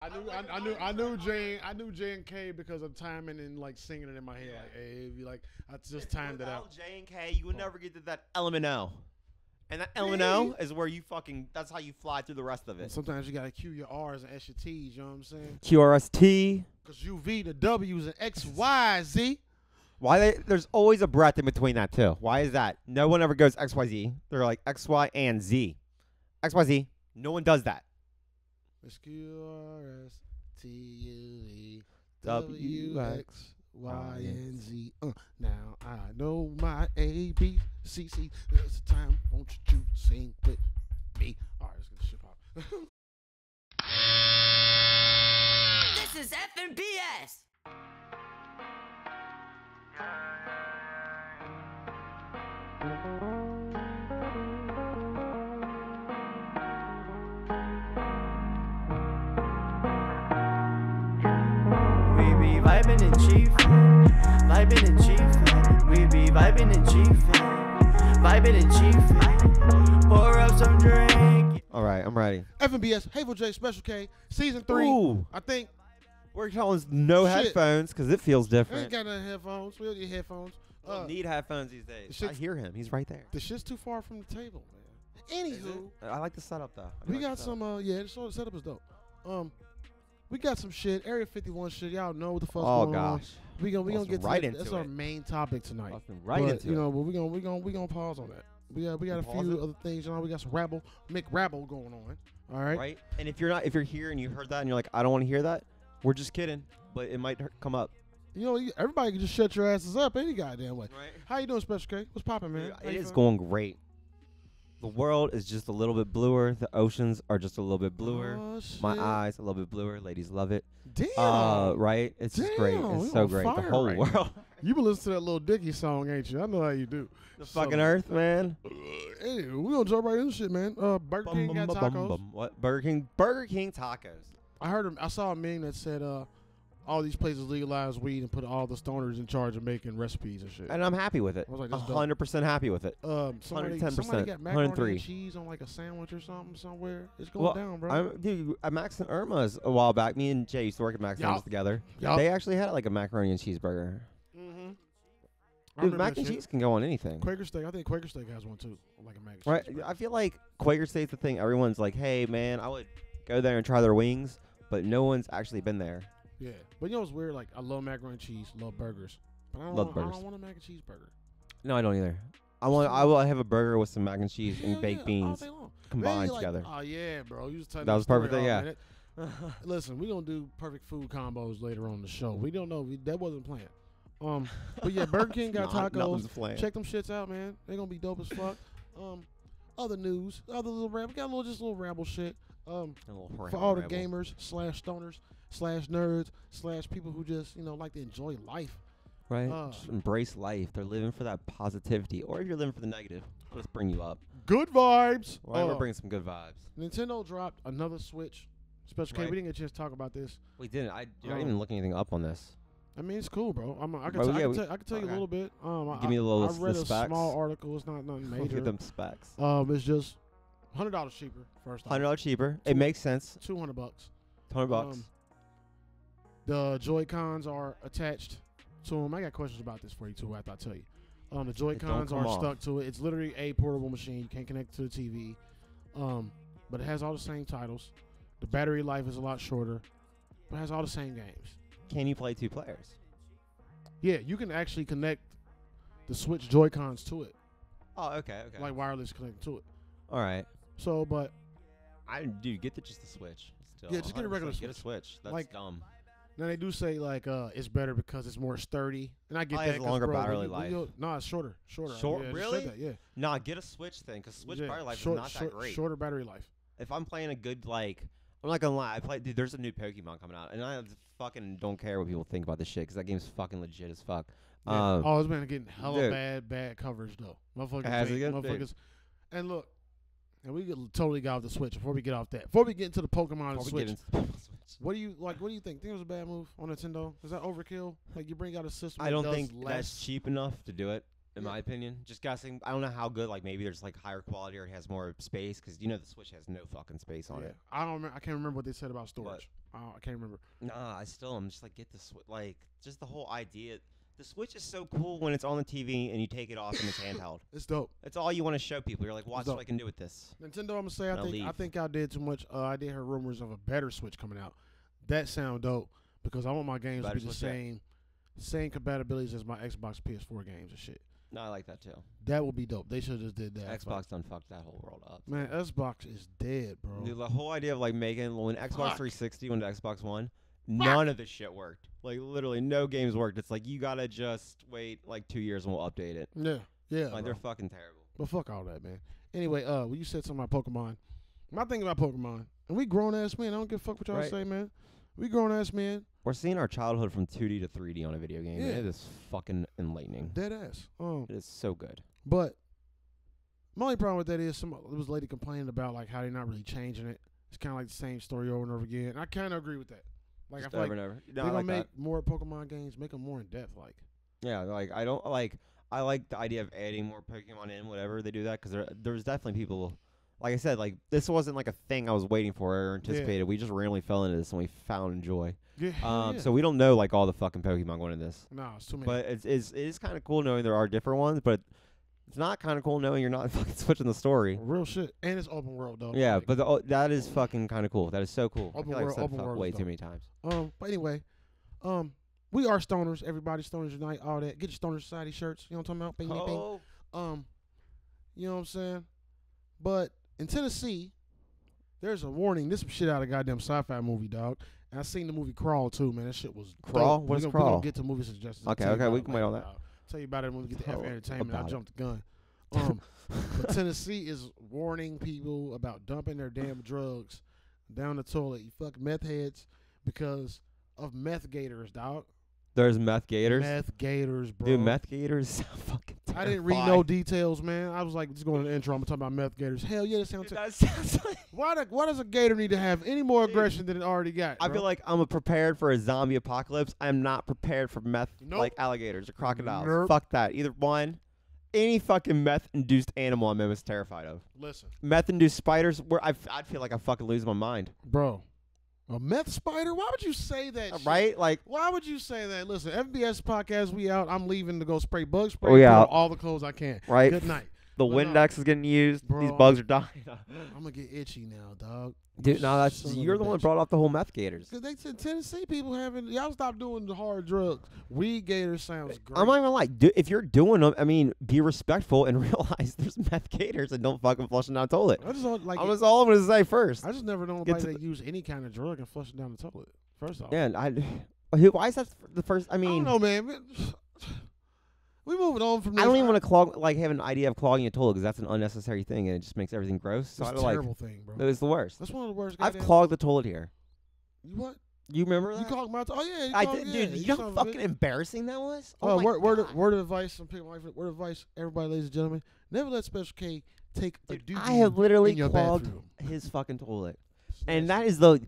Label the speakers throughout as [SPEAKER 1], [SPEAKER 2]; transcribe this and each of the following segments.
[SPEAKER 1] I knew, I, I knew, I knew Jane, I knew Jane K because of timing and like singing it in my head.
[SPEAKER 2] Yeah.
[SPEAKER 1] Like, hey, if you like, I just
[SPEAKER 2] Just
[SPEAKER 1] timed it
[SPEAKER 2] without
[SPEAKER 1] out.
[SPEAKER 2] J and K, you would never get to that L and O, and that L and O is where you fucking. That's how you fly through the rest of
[SPEAKER 1] And
[SPEAKER 2] it.
[SPEAKER 1] sometimes you gotta cue your R's and extra T's. You know what I'm saying?
[SPEAKER 3] QRST.
[SPEAKER 1] Because UV, the W's, and X, Y, Z.
[SPEAKER 2] Why they, there's always a breath in between that too. Why is that? No one ever goes X Y Z. They're like X Y and Z, X Y Z. No one does that.
[SPEAKER 1] It's Q R S T U E
[SPEAKER 3] W
[SPEAKER 1] W X Y N Z. Uh, Now I know my A B C C. There's a time, won't you sing with me? All right, let's get this shit pop.
[SPEAKER 4] This is FNBS.
[SPEAKER 5] We be vibing and chiefin', vibing and chiefin'. We be vibing and chiefin', vibing and chiefin'. Pour up some drink.
[SPEAKER 2] All right, I'm ready.
[SPEAKER 1] FNBS, Hateful J, Special K, Season 3.
[SPEAKER 2] Ooh.
[SPEAKER 1] I think.
[SPEAKER 2] We're telling no
[SPEAKER 1] Shit.
[SPEAKER 2] headphones because it feels
[SPEAKER 1] I ain't
[SPEAKER 2] different.
[SPEAKER 1] got no headphones. We don't need headphones.
[SPEAKER 2] We don't
[SPEAKER 1] Uh,
[SPEAKER 2] need headphones these days. I
[SPEAKER 1] shit's-
[SPEAKER 2] hear him. He's right there.
[SPEAKER 1] the shit's too far from the table, man.
[SPEAKER 2] Is it?
[SPEAKER 1] Anywho,
[SPEAKER 2] I like the setup though. I do
[SPEAKER 1] we
[SPEAKER 2] like the
[SPEAKER 1] got
[SPEAKER 2] setup.
[SPEAKER 1] some, uh, yeah, this whole setup is dope. Um, we got some shit, Area 51 shit. Y'all know what the fuck's
[SPEAKER 2] Oh
[SPEAKER 1] going on.
[SPEAKER 2] gosh.
[SPEAKER 1] We gonna we gonna
[SPEAKER 2] Busting
[SPEAKER 1] get to
[SPEAKER 2] right
[SPEAKER 1] that.
[SPEAKER 2] into
[SPEAKER 1] That's our
[SPEAKER 2] it.
[SPEAKER 1] main topic tonight.
[SPEAKER 2] Busting right
[SPEAKER 1] but,
[SPEAKER 2] into
[SPEAKER 1] you
[SPEAKER 2] it.
[SPEAKER 1] know, but we gonna we gonna we gonna pause on that. We got we got a
[SPEAKER 2] Pause
[SPEAKER 1] few
[SPEAKER 2] it?
[SPEAKER 1] other things. You know, we got some rabble, Mick rabble going on. All right.
[SPEAKER 2] right? And if you're not, if you're here and you heard that and you're like, I don't want to hear that, we're just kidding. But it might hurt, come up.
[SPEAKER 1] You know, you- everybody can just shut your asses up any goddamn way.
[SPEAKER 2] Right.
[SPEAKER 1] How you doing, Special K? What's popping, man? How
[SPEAKER 2] it
[SPEAKER 1] you
[SPEAKER 2] is
[SPEAKER 1] feeling?
[SPEAKER 2] going great. The world is just a little bit bluer. The oceans are just a little bit bluer.
[SPEAKER 1] Oh,
[SPEAKER 2] My
[SPEAKER 1] shit.
[SPEAKER 2] eyes a little bit bluer. Ladies love it.
[SPEAKER 1] Damn.
[SPEAKER 2] Uh, right? It's just great.
[SPEAKER 1] Damn, we
[SPEAKER 2] It's so
[SPEAKER 1] on
[SPEAKER 2] great. The
[SPEAKER 1] fire
[SPEAKER 2] whole
[SPEAKER 1] right now.
[SPEAKER 2] world,
[SPEAKER 1] You been listening to that little Dicky song, ain't you? I know how you do.
[SPEAKER 2] the
[SPEAKER 1] So-
[SPEAKER 2] fucking earth, man.
[SPEAKER 1] Hey, we gonna jump right into shit, man. Uh, Burger
[SPEAKER 2] Bum,
[SPEAKER 1] King
[SPEAKER 2] bum,
[SPEAKER 1] got
[SPEAKER 2] bum,
[SPEAKER 1] tacos.
[SPEAKER 2] bum, bum. What? Burger King. Burger King tacos.
[SPEAKER 1] I heard, him, I saw a meme that said, uh, all these places legalize weed and put all the stoners in charge of making recipes and shit.
[SPEAKER 2] And I'm happy with it.
[SPEAKER 1] I was like, this dope.
[SPEAKER 2] hundred percent happy with it.
[SPEAKER 1] Um, somebody,
[SPEAKER 2] 110%,
[SPEAKER 1] somebody got macaroni
[SPEAKER 2] 103.
[SPEAKER 1] and cheese on like a sandwich or something somewhere. It's going
[SPEAKER 2] Well,
[SPEAKER 1] down, bro.
[SPEAKER 2] I'm, dude, at Max and Irma's a while back. Me and Jay used to work at Max and
[SPEAKER 1] Yup.
[SPEAKER 2] Irma's together.
[SPEAKER 1] Yup.
[SPEAKER 2] They actually had like a macaroni and cheeseburger.
[SPEAKER 1] mm-hmm.
[SPEAKER 2] Dude, mac and cheese can go on anything.
[SPEAKER 1] Quaker steak. I think Quaker steak has one too, like a mac and
[SPEAKER 2] Right?
[SPEAKER 1] cheese. burger.
[SPEAKER 2] I feel like Quaker State's the thing. Everyone's like, hey, man, I would go there and try their wings, but no one's actually been there.
[SPEAKER 1] Yeah, but you know what's weird? Like I love macaroni and cheese, love burgers, but I don't,
[SPEAKER 2] Love
[SPEAKER 1] want, I
[SPEAKER 2] burgers.
[SPEAKER 1] don't want a mac and cheese burger.
[SPEAKER 2] No, I don't either. I want. I will have a burger with some mac and cheese and
[SPEAKER 1] Hell
[SPEAKER 2] baked
[SPEAKER 1] yeah, all
[SPEAKER 2] beans
[SPEAKER 1] day long. Man,
[SPEAKER 2] combined
[SPEAKER 1] you're like,
[SPEAKER 2] together.
[SPEAKER 1] Oh yeah, bro, you was telling
[SPEAKER 2] That
[SPEAKER 1] me
[SPEAKER 2] was
[SPEAKER 1] a story
[SPEAKER 2] perfect,
[SPEAKER 1] all
[SPEAKER 2] yeah.
[SPEAKER 1] minute. Listen, we gonna do perfect food combos later on the show. We don't know. We, that wasn't planned. Um, but yeah, Burger King got
[SPEAKER 2] Nah,
[SPEAKER 1] tacos.
[SPEAKER 2] nothing's planned.
[SPEAKER 1] Check them shits out, man. They gonna be dope as fuck. Um, other news, other little ramble. We got a little just a little ramble shit. Um,
[SPEAKER 2] A little
[SPEAKER 1] for
[SPEAKER 2] ramble,
[SPEAKER 1] all the
[SPEAKER 2] ramble.
[SPEAKER 1] gamers slash stoners slash nerds slash people who just you know like to enjoy life.
[SPEAKER 2] Right.
[SPEAKER 1] Uh.
[SPEAKER 2] Just embrace life. They're living for that positivity, or if you're living for the negative, let's bring you up.
[SPEAKER 1] Good vibes.
[SPEAKER 2] Right?
[SPEAKER 1] Uh,
[SPEAKER 2] We're bringing some good vibes.
[SPEAKER 1] Nintendo dropped another Switch. Special K,
[SPEAKER 2] Right.
[SPEAKER 1] we didn't get a chance to talk about this.
[SPEAKER 2] We didn't. I, dude, I
[SPEAKER 1] Um,
[SPEAKER 2] didn't even look anything up on this.
[SPEAKER 1] I mean, it's cool, bro. I'm, I can,
[SPEAKER 2] Bro,
[SPEAKER 1] tell- I
[SPEAKER 2] yeah,
[SPEAKER 1] can
[SPEAKER 2] we-
[SPEAKER 1] tell- I can tell you
[SPEAKER 2] okay.
[SPEAKER 1] a little bit. Um, I-
[SPEAKER 2] Give me a little
[SPEAKER 1] I, I
[SPEAKER 2] s- the
[SPEAKER 1] read a
[SPEAKER 2] specs.
[SPEAKER 1] small article. It's not nothing
[SPEAKER 2] Look
[SPEAKER 1] major.
[SPEAKER 2] at them specs.
[SPEAKER 1] Um, it's just hundred dollars cheaper. First,
[SPEAKER 2] Hundred dollars cheaper. It makes sense.
[SPEAKER 1] two hundred bucks.
[SPEAKER 2] Hundred bucks.
[SPEAKER 1] Um, The Joy Cons are attached to them. I got questions about this for you too. After I tell you, um, the Joy
[SPEAKER 2] It don't
[SPEAKER 1] Cons are
[SPEAKER 2] come off.
[SPEAKER 1] stuck to it. It's literally a portable machine. You can't connect to the TV, um, but it has all the same titles. The battery life is a lot shorter, but it has all the same games.
[SPEAKER 2] Can you play two players?
[SPEAKER 1] Yeah, you can actually connect the Switch Joy Cons to it,
[SPEAKER 2] Oh, okay, okay.
[SPEAKER 1] like wireless connect to it.
[SPEAKER 2] all right.
[SPEAKER 1] So, but
[SPEAKER 2] I dude, get the just the Switch. Still,
[SPEAKER 1] Yeah, just get a regular
[SPEAKER 2] 100%. Get a Switch. That's
[SPEAKER 1] Like,
[SPEAKER 2] dumb.
[SPEAKER 1] now they do say like uh, it's better because it's more sturdy, and I get
[SPEAKER 2] Oh, it
[SPEAKER 1] that.
[SPEAKER 2] has
[SPEAKER 1] 'cause,
[SPEAKER 2] longer
[SPEAKER 1] bro, when
[SPEAKER 2] battery
[SPEAKER 1] you- when
[SPEAKER 2] life.
[SPEAKER 1] you- No, it's shorter, shorter.
[SPEAKER 2] Short-
[SPEAKER 1] Yeah, I just
[SPEAKER 2] really?
[SPEAKER 1] read that, yeah.
[SPEAKER 2] Nah, get a Switch thing, cause Switch
[SPEAKER 1] Yeah,
[SPEAKER 2] battery life
[SPEAKER 1] short-
[SPEAKER 2] is not
[SPEAKER 1] short-
[SPEAKER 2] that great.
[SPEAKER 1] Shorter battery life.
[SPEAKER 2] If I'm playing a good like, I'm not gonna lie. I play. Dude, there's a new Pokemon coming out, and I fucking don't care what people think about this shit, cause that game's fucking legit as fuck.
[SPEAKER 1] Yeah.
[SPEAKER 2] Um,
[SPEAKER 1] oh, this man getting hella
[SPEAKER 2] dude.
[SPEAKER 1] bad, bad coverage though. Motherfuckers,
[SPEAKER 2] Has it
[SPEAKER 1] think-
[SPEAKER 2] good? Dude.
[SPEAKER 1] motherfuckers. And look, and we get, totally got off the switch. Before we get off that, before we get into the Pokemon and
[SPEAKER 2] before we
[SPEAKER 1] Switch,
[SPEAKER 2] get into Switch.
[SPEAKER 1] what do you like? What do you think? Think it was a bad move on Nintendo? Is that overkill? Like you bring out a system?
[SPEAKER 2] I
[SPEAKER 1] that
[SPEAKER 2] don't
[SPEAKER 1] does
[SPEAKER 2] think
[SPEAKER 1] less.
[SPEAKER 2] that's cheap enough to do it. in
[SPEAKER 1] Yeah.
[SPEAKER 2] my opinion. Just guessing. I don't know how good. Like maybe there's like higher quality or it has more space because you know the Switch has no fucking space on
[SPEAKER 1] Yeah.
[SPEAKER 2] it.
[SPEAKER 1] I don't. Remember, I can't remember what they said about storage. Uh, I can't remember.
[SPEAKER 2] Nah, I still am just like get the Switch. Like just the whole idea. The Switch is so cool when it's on the TV and you take it off and it's handheld.
[SPEAKER 1] It's dope.
[SPEAKER 2] That's all you want to show people. You're like, watch
[SPEAKER 1] up?
[SPEAKER 2] what I can do with this.
[SPEAKER 1] Nintendo. I'm gonna say I
[SPEAKER 2] I'll
[SPEAKER 1] think I
[SPEAKER 2] leave.
[SPEAKER 1] think I did too much. Uh, I did hear rumors of a better Switch coming out. That sound dope because I want my games
[SPEAKER 2] Better
[SPEAKER 1] to be the
[SPEAKER 2] Switch yet.
[SPEAKER 1] same, same compatibilities as my Xbox PS4 games and shit.
[SPEAKER 2] No, I like that too.
[SPEAKER 1] That would be dope. They should have just did that. but-
[SPEAKER 2] Xbox done fucked that whole world up.
[SPEAKER 1] Man, Xbox is dead, bro.
[SPEAKER 2] Dude, the whole idea of like making when Xbox
[SPEAKER 1] Fuck.
[SPEAKER 2] 360 went to Xbox One, none of this shit worked. Like literally, no games worked. It's like you gotta just wait like two years and we'll update it.
[SPEAKER 1] Yeah, yeah.
[SPEAKER 2] like
[SPEAKER 1] bro.
[SPEAKER 2] they're fucking terrible.
[SPEAKER 1] But fuck all that, man. Anyway, uh, well, you said something about Pokemon. My thing about Pokemon, and we grown ass men. I don't give a fuck what y'all all
[SPEAKER 2] Right.
[SPEAKER 1] say, man. We grown ass men,
[SPEAKER 2] We're seeing our childhood from 2D to 3D on a video game.
[SPEAKER 1] Yeah.
[SPEAKER 2] and It is fucking enlightening.
[SPEAKER 1] dead ass. Um,
[SPEAKER 2] It is so good.
[SPEAKER 1] but my only problem with that is some there was a lady complaining about like how they're not really changing it. It's kind of like the same story over and over again. And I kind of agree with that. Like
[SPEAKER 2] Just
[SPEAKER 1] I feel
[SPEAKER 2] over
[SPEAKER 1] like
[SPEAKER 2] and over. No,
[SPEAKER 1] they're
[SPEAKER 2] I
[SPEAKER 1] gonna
[SPEAKER 2] like
[SPEAKER 1] make more Pokemon games, make them more in depth. Like
[SPEAKER 2] that. Yeah, like I don't like. I like the idea of adding more Pokemon in whatever they do that because there, there's definitely people. Like I said, like this wasn't like a thing I was waiting for or anticipated. We just randomly fell into this and we found joy.
[SPEAKER 1] yeah, hell
[SPEAKER 2] Um,
[SPEAKER 1] yeah.
[SPEAKER 2] so we don't know like all the fucking Pokemon going in this,
[SPEAKER 1] nah, it's too many.
[SPEAKER 2] but it's, it's it is kind of cool knowing there are different ones. But it's not kind of cool knowing you're not fucking switching the story.
[SPEAKER 1] Real shit, and it's open world though.
[SPEAKER 2] Yeah,
[SPEAKER 1] Like,
[SPEAKER 2] but the, oh, that is fucking kind of cool. That is so cool. I
[SPEAKER 1] Open
[SPEAKER 2] feel like I've
[SPEAKER 1] world-
[SPEAKER 2] said
[SPEAKER 1] open
[SPEAKER 2] fuck
[SPEAKER 1] world is
[SPEAKER 2] way
[SPEAKER 1] dope.
[SPEAKER 2] too many times.
[SPEAKER 1] Um, but anyway, um, we are stoners. Everybody, stoners unite. All that. Get your stoner society shirts. You know what I'm talking about? Bing, bing,
[SPEAKER 2] Oh.
[SPEAKER 1] bing. Um, you know what I'm saying? But in Tennessee, there's a warning. This some shit out of goddamn sci-fi movie, dog. And I seen the movie Crawl too, man. That shit was dope.
[SPEAKER 2] Crawl?
[SPEAKER 1] We
[SPEAKER 2] What is
[SPEAKER 1] gonna- We
[SPEAKER 2] Crawl?
[SPEAKER 1] gonna get to movie suggestions. I'll
[SPEAKER 2] Okay,
[SPEAKER 1] tell you
[SPEAKER 2] okay,
[SPEAKER 1] about
[SPEAKER 2] we
[SPEAKER 1] it
[SPEAKER 2] can wait
[SPEAKER 1] later,
[SPEAKER 2] on that.
[SPEAKER 1] dog. Tell you about it when we get to F
[SPEAKER 2] Tell
[SPEAKER 1] entertainment. I
[SPEAKER 2] about it.
[SPEAKER 1] jumped the gun. Um, but Tennessee is warning people about dumping their damn drugs down the toilet. You fuck meth heads because of meth gators, dog.
[SPEAKER 2] There's meth gators.
[SPEAKER 1] Meth gators, bro.
[SPEAKER 2] Dude, meth gators sound fucking.
[SPEAKER 1] I didn't read no
[SPEAKER 2] terrifying.
[SPEAKER 1] details, man. I was like, just going to the intro. I'm gonna talk about meth gators. Hell yeah, that sounds.
[SPEAKER 2] Dude, that sounds like.
[SPEAKER 1] why, the, why does a gator need to have any more aggression than it already got?
[SPEAKER 2] I feel
[SPEAKER 1] bro?
[SPEAKER 2] like I'm prepared for a zombie apocalypse. I'm not prepared for meth
[SPEAKER 1] Nope.
[SPEAKER 2] like alligators or crocodiles.
[SPEAKER 1] Nope.
[SPEAKER 2] Fuck that. Either one, any fucking meth induced animal I'm almost terrified of.
[SPEAKER 1] listen,
[SPEAKER 2] Meth induced spiders, where I, I'd feel like I fucking lose my mind.
[SPEAKER 1] bro, a meth spider. Why would you say that? shit?
[SPEAKER 2] Right? Like,
[SPEAKER 1] Why would you say that? Listen, FBS podcast, we out. I'm leaving to go spray bug spray.
[SPEAKER 2] We
[SPEAKER 1] pour
[SPEAKER 2] out.
[SPEAKER 1] all the clothes I can.
[SPEAKER 2] Right.
[SPEAKER 1] Good night.
[SPEAKER 2] the
[SPEAKER 1] But no.
[SPEAKER 2] Windex is getting used. These
[SPEAKER 1] Bro.
[SPEAKER 2] bugs are dying.
[SPEAKER 1] I'm gonna get itchy now, dog.
[SPEAKER 2] Dude, no, that's
[SPEAKER 1] Son of a
[SPEAKER 2] you're the one
[SPEAKER 1] bitch.
[SPEAKER 2] that brought up the whole meth gators.
[SPEAKER 1] Cause they said Tennessee people having y'all stop doing the hard drugs. Weed gator sounds great.
[SPEAKER 2] I'm not even like, do, if you're doing them, I mean, be respectful and realize there's meth gators and don't fucking flush them down the toilet.
[SPEAKER 1] I just don't like.
[SPEAKER 2] I'm just all I'm gonna say first.
[SPEAKER 1] I just never know
[SPEAKER 2] Get
[SPEAKER 1] nobody
[SPEAKER 2] to
[SPEAKER 1] that use any kind of drug and flush it down the toilet. First off,
[SPEAKER 2] Man, I who, why is that the first?
[SPEAKER 1] I
[SPEAKER 2] I
[SPEAKER 1] don't
[SPEAKER 2] mean,
[SPEAKER 1] know, man. We moving on from. This.
[SPEAKER 2] I don't even want to clog like have an idea of clogging a toilet because that's an unnecessary thing and it just makes everything gross. So I
[SPEAKER 1] It's
[SPEAKER 2] don't
[SPEAKER 1] a
[SPEAKER 2] like
[SPEAKER 1] terrible thing, bro.
[SPEAKER 2] it's the worst.
[SPEAKER 1] That's one of the worst.
[SPEAKER 2] I've
[SPEAKER 1] goddamn-
[SPEAKER 2] clogged the toilet here.
[SPEAKER 1] You what?
[SPEAKER 2] You remember that?
[SPEAKER 1] You clogged my. oh yeah, you
[SPEAKER 2] I
[SPEAKER 1] clogged-
[SPEAKER 2] did,
[SPEAKER 1] yeah,
[SPEAKER 2] dude. You know
[SPEAKER 1] son
[SPEAKER 2] how
[SPEAKER 1] of a bitch.
[SPEAKER 2] fucking embarrassing that was.
[SPEAKER 1] Uh,
[SPEAKER 2] Oh my
[SPEAKER 1] word, word,
[SPEAKER 2] God.
[SPEAKER 1] of, word of advice. Some people like word of advice. Everybody, ladies and gentlemen, never let Special K take a
[SPEAKER 2] Dude,
[SPEAKER 1] doo.
[SPEAKER 2] I have literally
[SPEAKER 1] in your
[SPEAKER 2] clogged
[SPEAKER 1] bathroom.
[SPEAKER 2] his fucking toilet, and that is the,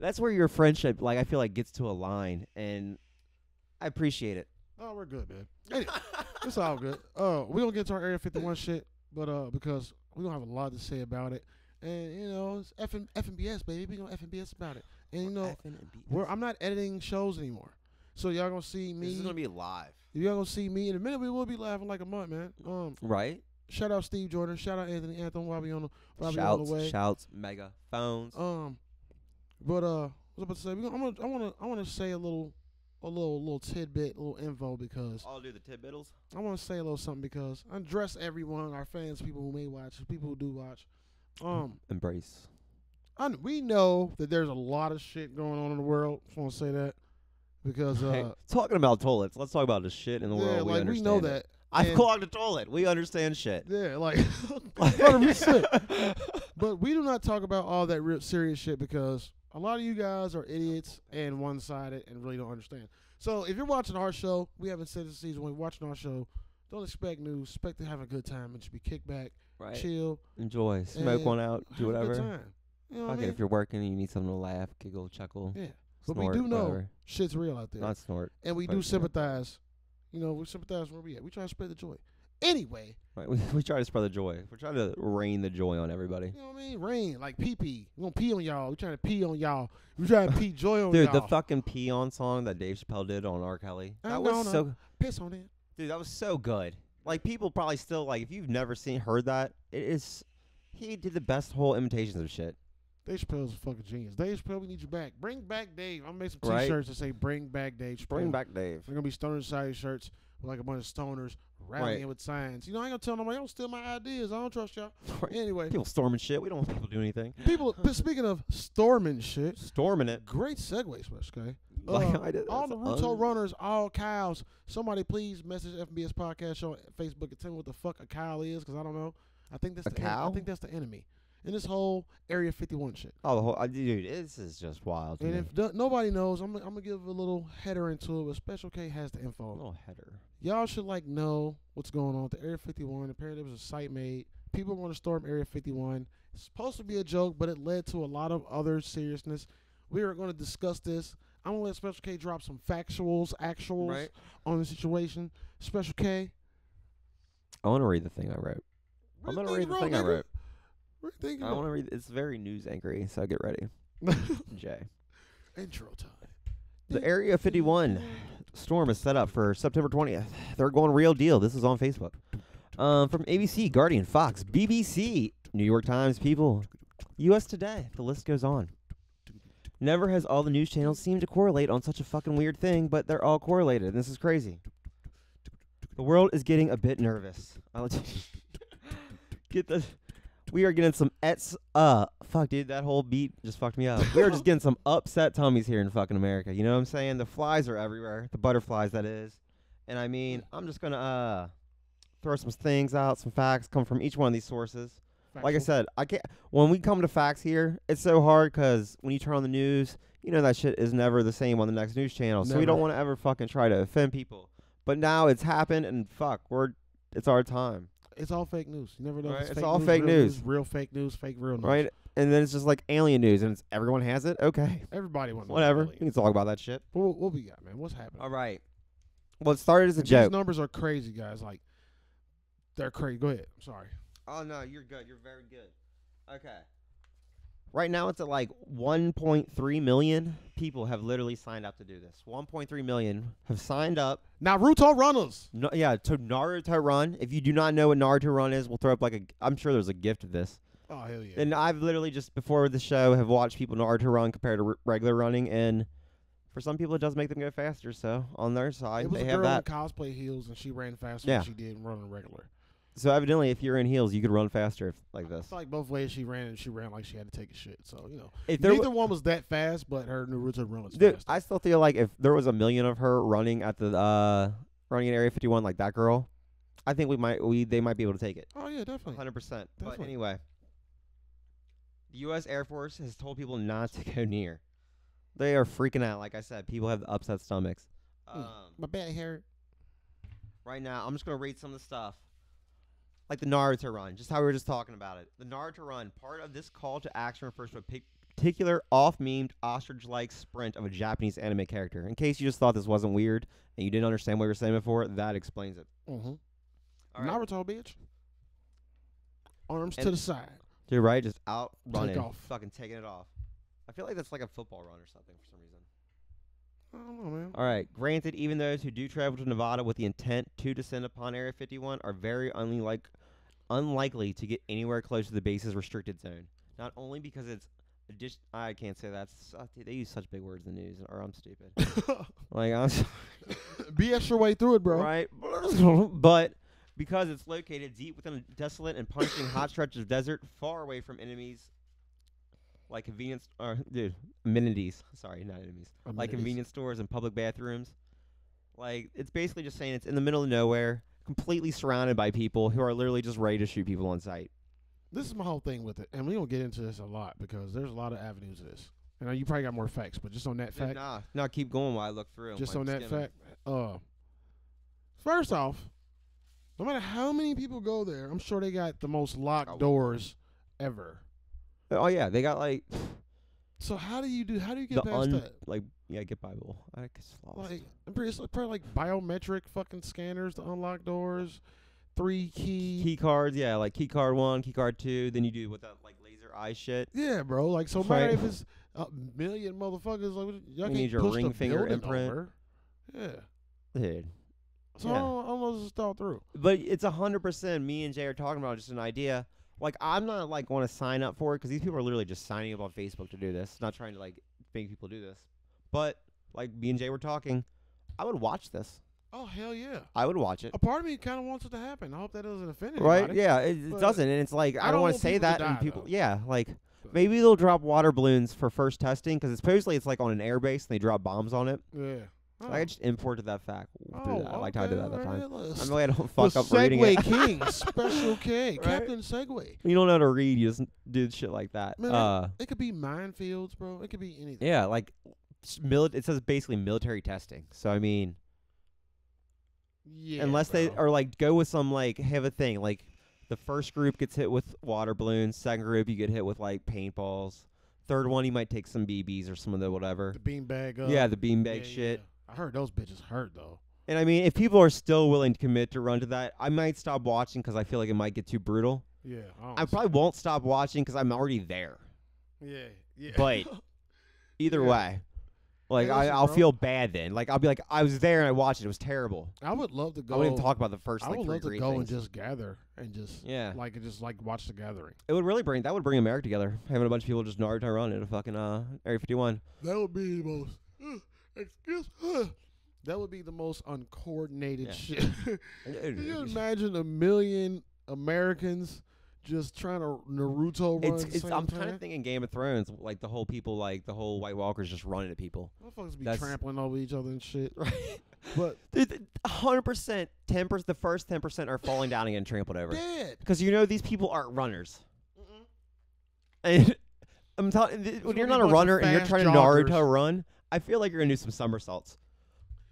[SPEAKER 2] that's where your friendship like I feel like gets to a line, and I appreciate it.
[SPEAKER 1] Oh, we're good, man. Anyway, it's all good. Uh, we gonna get to our Area 51 shit, but uh, because we don't have a lot to say about it, and you know, it's F and FNBS, baby. We gonna FNBS about it, and you know,
[SPEAKER 2] Effing and beating
[SPEAKER 1] we're,
[SPEAKER 2] us.
[SPEAKER 1] I'm not editing shows anymore, so y'all gonna see me.
[SPEAKER 2] this is gonna be live,
[SPEAKER 1] y'all gonna see me in a minute. We will be laughing like a month, man.
[SPEAKER 2] Mm.
[SPEAKER 1] Um,
[SPEAKER 2] right?
[SPEAKER 1] shout out Steve Jordan. Shout out Anthony Anthem. While we on the, while we on
[SPEAKER 2] shouts,
[SPEAKER 1] the way.
[SPEAKER 2] shouts, megaphones.
[SPEAKER 1] Um, but uh, what was I about to say? We gonna, I'm gonna, I wanna, I wanna say a little, a little, little tidbit, little info because
[SPEAKER 2] I'll do the tidbittles.
[SPEAKER 1] I wanna say a little something because I address everyone, our fans, people who may watch, people who do watch. Um,
[SPEAKER 2] Embrace.
[SPEAKER 1] I, kn- we know that there's a lot of shit going on in the world. Just wanna say that because
[SPEAKER 2] Hey,
[SPEAKER 1] uh,
[SPEAKER 2] talking about toilets, let's talk about the shit in the
[SPEAKER 1] yeah, like
[SPEAKER 2] world. we,
[SPEAKER 1] we know
[SPEAKER 2] understand it.
[SPEAKER 1] that.
[SPEAKER 2] I've
[SPEAKER 1] and-
[SPEAKER 2] clogged a toilet. We understand shit.
[SPEAKER 1] Yeah, like 100%. But we do not talk about all that real serious shit because a lot of you guys are idiots and one sided and really don't understand. So if you're watching our show, we haven't said this season. When you're watching our show, don't expect news. Expect to have a good time and just be kicked back,
[SPEAKER 2] right.
[SPEAKER 1] chill,
[SPEAKER 2] Enjoy. Smoke
[SPEAKER 1] And
[SPEAKER 2] one out. Do
[SPEAKER 1] have a
[SPEAKER 2] whatever.
[SPEAKER 1] good time. You know what
[SPEAKER 2] Fuck
[SPEAKER 1] I
[SPEAKER 2] it.
[SPEAKER 1] mean?
[SPEAKER 2] If you're working and you need something to laugh, giggle, chuckle,
[SPEAKER 1] yeah. But
[SPEAKER 2] snort,
[SPEAKER 1] we do know
[SPEAKER 2] whatever.
[SPEAKER 1] shit's real out there,
[SPEAKER 2] Not snort.
[SPEAKER 1] and we
[SPEAKER 2] but, you
[SPEAKER 1] do
[SPEAKER 2] know.
[SPEAKER 1] sympathize. You know, we sympathize where we at. We try to spread the joy, Anyway,
[SPEAKER 2] Right, we, we try to spread the joy. We're trying to rain the joy on everybody.
[SPEAKER 1] you know what I mean? Rain, like pee pee. We gonna pee on y'all. We trying to pee on y'all. We trying to pee joy on
[SPEAKER 2] Dude,
[SPEAKER 1] y'all.
[SPEAKER 2] the fucking peon song that Dave Chappelle did on R. Kelly.
[SPEAKER 1] I'm
[SPEAKER 2] That was
[SPEAKER 1] gonna
[SPEAKER 2] so
[SPEAKER 1] piss on it.
[SPEAKER 2] dude, that was so good. Like people probably still like if you've never seen heard that, it is he did the best whole imitations of shit.
[SPEAKER 1] Dave Chappelle's a fucking genius. Dave Chappelle, we need you back. Bring back Dave. I'm gonna make some
[SPEAKER 2] Right.
[SPEAKER 1] t-shirts that say "Bring back Dave." Chappelle.
[SPEAKER 2] back Dave.
[SPEAKER 1] They're gonna be stoner society shirts with like a bunch of stoners rallying
[SPEAKER 2] Right.
[SPEAKER 1] with signs. You know, I ain't gonna tell nobody. Don't steal my ideas. I don't trust y'all. Anyway,
[SPEAKER 2] People storming shit. We don't want people doing anything.
[SPEAKER 1] people. but speaking of storming shit,
[SPEAKER 2] Storming it.
[SPEAKER 1] great segue, Smash guy.
[SPEAKER 2] Like
[SPEAKER 1] Uh,
[SPEAKER 2] I did.
[SPEAKER 1] All
[SPEAKER 2] that's
[SPEAKER 1] the Naruto
[SPEAKER 2] un-
[SPEAKER 1] runners, all cows. Somebody please message FBS podcast show on Facebook and tell me what the fuck a cow is, because I don't know. I think that's
[SPEAKER 2] A
[SPEAKER 1] the en-
[SPEAKER 2] cow?
[SPEAKER 1] I think that's the enemy in this whole Area 51 shit.
[SPEAKER 2] Oh, the whole uh, dude, this is just wild. to
[SPEAKER 1] And
[SPEAKER 2] me.
[SPEAKER 1] if do- nobody knows, I'm, gonna- I'm gonna give a little header into it. But Special K has the
[SPEAKER 2] a
[SPEAKER 1] info.
[SPEAKER 2] little header.
[SPEAKER 1] Y'all should like know what's going on with the Area 51. Apparently, there was a site made. People want to storm Area 51. It's supposed to be a joke, but it led to a lot of other seriousness. We are going to discuss this. I'm gonna let Special K drop some factuals, actuals
[SPEAKER 2] Right.
[SPEAKER 1] on the situation. Special K,
[SPEAKER 2] I want to read the thing I wrote. I'm gonna read the thing I wrote.
[SPEAKER 1] Read the thing you
[SPEAKER 2] I want
[SPEAKER 1] wrote.
[SPEAKER 2] to read. It's very news angry, so get ready, Jay.
[SPEAKER 1] Intro time.
[SPEAKER 2] The Area 51 storm is set up for September 20th. They're going real deal. This is on Facebook. Um, from ABC, Guardian, Fox, BBC, New York Times, People, U.S. Today. The list goes on. Never has all the news channels seemed to correlate on such a fucking weird thing, but they're all correlated, and this is crazy. The world is getting a bit nervous. I'll get the. We are getting some ets. Uh, fuck, dude, that whole beat just fucked me up. We are just getting some upset tummies here in fucking America. You know what I'm saying? The flies are everywhere. The butterflies, that is. And I mean, I'm just gonna uh throw some things out, some facts come from each one of these sources. Like I
[SPEAKER 1] Factual.
[SPEAKER 2] said, I can't. When we come to facts here, it's so hard because when you turn on the news, you know that shit is never the same on the next news channel. So we
[SPEAKER 1] Never.
[SPEAKER 2] don't want to ever fucking try to offend people. But now it's happened, and fuck, we're it's our time,
[SPEAKER 1] it's all fake news. You never know. if
[SPEAKER 2] Right,
[SPEAKER 1] It's,
[SPEAKER 2] it's
[SPEAKER 1] fake
[SPEAKER 2] all
[SPEAKER 1] news,
[SPEAKER 2] fake
[SPEAKER 1] real
[SPEAKER 2] news.
[SPEAKER 1] real fake news, fake real news.
[SPEAKER 2] right? And then it's just like alien news, and it's, everyone has it. Okay,
[SPEAKER 1] Everybody wants
[SPEAKER 2] whatever. We can talk about that shit.
[SPEAKER 1] What, what we got, man? What's happening?
[SPEAKER 2] All right. Well, it started as a
[SPEAKER 1] And These
[SPEAKER 2] joke.
[SPEAKER 1] numbers are crazy, guys. Like they're crazy. Go ahead. I'm sorry.
[SPEAKER 2] Oh no, you're good. You're very good. Okay. Right now it's at like 1.3 million people have literally signed up to do this. 1.3 million have signed up.
[SPEAKER 1] Naruto runners.
[SPEAKER 2] No, yeah, to Naruto Run. If you do not know what Naruto Run is, we'll throw up like a. I'm sure there's a gift of this.
[SPEAKER 1] Oh hell yeah.
[SPEAKER 2] And I've literally just before the show have watched people Naruto Run compared to r- regular running, and for some people it does make them go faster. So on their side,
[SPEAKER 1] it was
[SPEAKER 2] they
[SPEAKER 1] a
[SPEAKER 2] have
[SPEAKER 1] girl
[SPEAKER 2] that.
[SPEAKER 1] in cosplay heels, and she ran faster
[SPEAKER 2] Yeah.
[SPEAKER 1] than she did running regular.
[SPEAKER 2] So evidently, if you're in heels, you could run faster if, like
[SPEAKER 1] I
[SPEAKER 2] this.
[SPEAKER 1] feel like both ways she ran, and she ran like she had to take a shit. So you know,
[SPEAKER 2] If there
[SPEAKER 1] neither
[SPEAKER 2] wa-
[SPEAKER 1] one was that fast, but her Naruto run was
[SPEAKER 2] Dude,
[SPEAKER 1] fast.
[SPEAKER 2] I still feel like if there was a million of her running at the uh running in Area 51 like that girl, I think we might we they might be able to take it.
[SPEAKER 1] oh yeah, definitely.
[SPEAKER 2] 100%. But
[SPEAKER 1] Definitely.
[SPEAKER 2] anyway, the US Air Force has told people not to go near. They are freaking out like I said, people have upset stomachs.
[SPEAKER 1] Hmm.
[SPEAKER 2] Um,
[SPEAKER 1] My bad, Harry.
[SPEAKER 2] right now. I'm just gonna read some of the stuff, like the Naruto run, just how we were just talking about it. The Naruto run, part of this call to action, refers to a pic- particular off-memed ostrich-like sprint of a Japanese anime character. In case you just thought this wasn't weird and you didn't understand what we were saying before, that explains it.
[SPEAKER 1] Mm-hmm.
[SPEAKER 2] All right,
[SPEAKER 1] Naruto, bitch. Arms to
[SPEAKER 2] And-
[SPEAKER 1] the side.
[SPEAKER 2] dude, right? Just out running,
[SPEAKER 1] off.
[SPEAKER 2] fucking taking it off. I feel like that's like a football run or something for some reason.
[SPEAKER 1] I don't know, man.
[SPEAKER 2] All right. Granted, even those who do travel to Nevada with the intent to descend upon Area 51 are very unlikely, unlikely to get anywhere close to the base's restricted zone. Not only because it's addition- I can't say that. Such- They use such big words in the news, or I'm stupid. like I'm sorry,
[SPEAKER 1] BS your way through it, bro.
[SPEAKER 2] right? but because it's located deep within a desolate and punishing hot stretch of desert, far away from enemies, like convenience, or dude, amenities. Sorry, not enemies like
[SPEAKER 1] Amenities.
[SPEAKER 2] convenience stores and public bathrooms. Like it's basically just saying it's in the middle of nowhere, completely surrounded by people who are literally just ready to shoot people on sight.
[SPEAKER 1] this is my whole thing with it, and we don't get into this a lot because there's a lot of avenues to this. And uh, you probably got more facts, but just on that fact,
[SPEAKER 2] Nah, nah, keep going while I look through. 'em,
[SPEAKER 1] just
[SPEAKER 2] like,
[SPEAKER 1] on that
[SPEAKER 2] skimming.
[SPEAKER 1] fact, uh, first off, no matter how many people go there, I'm sure they got the most locked
[SPEAKER 2] Oh.
[SPEAKER 1] doors ever.
[SPEAKER 2] Oh yeah, they got like
[SPEAKER 1] So how do you do? How do you get
[SPEAKER 2] the
[SPEAKER 1] past
[SPEAKER 2] un
[SPEAKER 1] that?
[SPEAKER 2] like yeah, get Bible. I just lost.
[SPEAKER 1] Like, I'm pretty, it's like probably like biometric fucking scanners to unlock doors. three key.
[SPEAKER 2] Key cards, yeah, like key card one, key card two. Then you do what that like laser eye shit.
[SPEAKER 1] Yeah, bro. Like so,
[SPEAKER 2] Right.
[SPEAKER 1] matter if it's a million motherfuckers, like what- y'all
[SPEAKER 2] You
[SPEAKER 1] can't
[SPEAKER 2] need your
[SPEAKER 1] push the
[SPEAKER 2] ring finger
[SPEAKER 1] building
[SPEAKER 2] imprint.
[SPEAKER 1] over. Yeah.
[SPEAKER 2] Dude.
[SPEAKER 1] So
[SPEAKER 2] Yeah.
[SPEAKER 1] I don't, I don't know if this is thought through.
[SPEAKER 2] But it's a hundred percent. Me and Jay are talking about just an idea. Like I'm not like want to sign up for it because these people are literally just signing up on Facebook to do this. Not trying to like make people do this. But like me and Jay were talking, I would watch this.
[SPEAKER 1] Oh hell yeah!
[SPEAKER 2] I would watch it.
[SPEAKER 1] A part of me kind of wants it to happen. I hope that doesn't offend anybody.
[SPEAKER 2] Right? Yeah. It, it
[SPEAKER 1] But
[SPEAKER 2] doesn't, and it's like I,
[SPEAKER 1] I
[SPEAKER 2] don't
[SPEAKER 1] don't
[SPEAKER 2] want to
[SPEAKER 1] want
[SPEAKER 2] say
[SPEAKER 1] people to
[SPEAKER 2] that, and
[SPEAKER 1] die,
[SPEAKER 2] people,
[SPEAKER 1] though.
[SPEAKER 2] yeah, like
[SPEAKER 1] But-
[SPEAKER 2] maybe they'll drop water balloons for first testing because supposedly it's like on an airbase and they drop bombs on it.
[SPEAKER 1] Yeah. Oh.
[SPEAKER 2] Like, I just imported that fact. through that. I liked how I did that at the time. I'm
[SPEAKER 1] The
[SPEAKER 2] glad I don't fuck up reading
[SPEAKER 1] Segway
[SPEAKER 2] it.
[SPEAKER 1] King, Special K, Captain Segway.
[SPEAKER 2] you don't know how to read. You just do shit like that.
[SPEAKER 1] Man,
[SPEAKER 2] uh,
[SPEAKER 1] It could be minefields, bro. It could be anything.
[SPEAKER 2] yeah, like s- mili- it says basically military testing. So I mean,
[SPEAKER 1] Yeah.
[SPEAKER 2] unless they
[SPEAKER 1] bro.
[SPEAKER 2] are like go with some like have a thing like the first group gets hit with water balloons, second group you get hit with like paintballs, third one you might take some BBs or some of the whatever.
[SPEAKER 1] the beanbag. Uh,
[SPEAKER 2] yeah, the beanbag
[SPEAKER 1] yeah, yeah,
[SPEAKER 2] shit.
[SPEAKER 1] yeah. I heard those bitches hurt though.
[SPEAKER 2] And I mean, if people are still willing to commit to run to that, I might stop watching because I feel like it might get too brutal.
[SPEAKER 1] Yeah. don't
[SPEAKER 2] I
[SPEAKER 1] see
[SPEAKER 2] probably won't stop watching because I'm already there.
[SPEAKER 1] it. Yeah. Yeah.
[SPEAKER 2] But either
[SPEAKER 1] Yeah.
[SPEAKER 2] way, like
[SPEAKER 1] Hey,
[SPEAKER 2] I,
[SPEAKER 1] listen,
[SPEAKER 2] I'll
[SPEAKER 1] bro.
[SPEAKER 2] feel bad then. Like I'll be like, I was there and I watched it. It was terrible.
[SPEAKER 1] I would love to go.
[SPEAKER 2] I wouldn't even talk about the first
[SPEAKER 1] I
[SPEAKER 2] like
[SPEAKER 1] would
[SPEAKER 2] three
[SPEAKER 1] love to
[SPEAKER 2] great
[SPEAKER 1] go and
[SPEAKER 2] things.
[SPEAKER 1] just gather and just
[SPEAKER 2] yeah,
[SPEAKER 1] like just like watch the gathering.
[SPEAKER 2] it would really bring that would bring America together. Having a bunch of people just Naruto run at a fucking uh Area 51.
[SPEAKER 1] That would be the most. uh, excuse. uh. that would be the most uncoordinated
[SPEAKER 2] Yeah.
[SPEAKER 1] shit. Can you
[SPEAKER 2] Dude,
[SPEAKER 1] imagine a million Americans just trying to Naruto run?
[SPEAKER 2] It's,
[SPEAKER 1] at the
[SPEAKER 2] it's
[SPEAKER 1] same
[SPEAKER 2] I'm kind
[SPEAKER 1] time?
[SPEAKER 2] of thinking Game of Thrones, like the whole people, like the whole White Walkers just running at people.
[SPEAKER 1] Motherfuckers be
[SPEAKER 2] that's-
[SPEAKER 1] trampling over each other and shit.
[SPEAKER 2] Right.
[SPEAKER 1] But
[SPEAKER 2] hundred percent, ten percent. The first ten percent are falling down and getting trampled over.
[SPEAKER 1] dead.
[SPEAKER 2] Because you know these people aren't runners. And I'm telling th- when
[SPEAKER 1] gonna
[SPEAKER 2] you're
[SPEAKER 1] be
[SPEAKER 2] not
[SPEAKER 1] a bunch
[SPEAKER 2] a
[SPEAKER 1] of
[SPEAKER 2] runner and you're
[SPEAKER 1] fast
[SPEAKER 2] trying
[SPEAKER 1] joggers.
[SPEAKER 2] to Naruto run, I feel like you're gonna do some somersaults.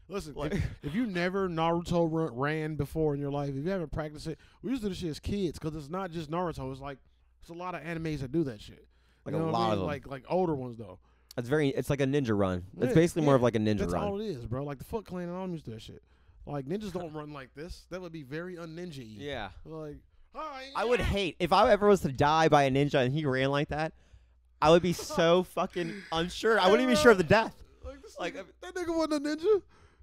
[SPEAKER 1] Listen,
[SPEAKER 2] Like-
[SPEAKER 1] if, if you never Naruto run, ran before in your life, if you haven't practiced it, we used to do this shit as kids because it's not just Naruto. It's like it's a lot of animes that do that shit.
[SPEAKER 2] Like
[SPEAKER 1] you know
[SPEAKER 2] a
[SPEAKER 1] what I
[SPEAKER 2] lot
[SPEAKER 1] mean?
[SPEAKER 2] of them.
[SPEAKER 1] Like like older ones though.
[SPEAKER 2] it's very. It's like a ninja run. It's
[SPEAKER 1] Yeah,
[SPEAKER 2] basically more of
[SPEAKER 1] yeah,
[SPEAKER 2] like a ninja
[SPEAKER 1] That's
[SPEAKER 2] run.
[SPEAKER 1] all it is, bro. Like the Foot Clan and all them used to do that shit. Like ninjas don't run like this. That would be very unninja.
[SPEAKER 2] yeah.
[SPEAKER 1] Like hi.
[SPEAKER 2] I would hate if I ever was to die by a ninja and he ran like that. I would be so fucking unsure. I wouldn't even be sure of the death.
[SPEAKER 1] Like, this
[SPEAKER 2] Like,
[SPEAKER 1] nigga, that nigga wasn't a ninja.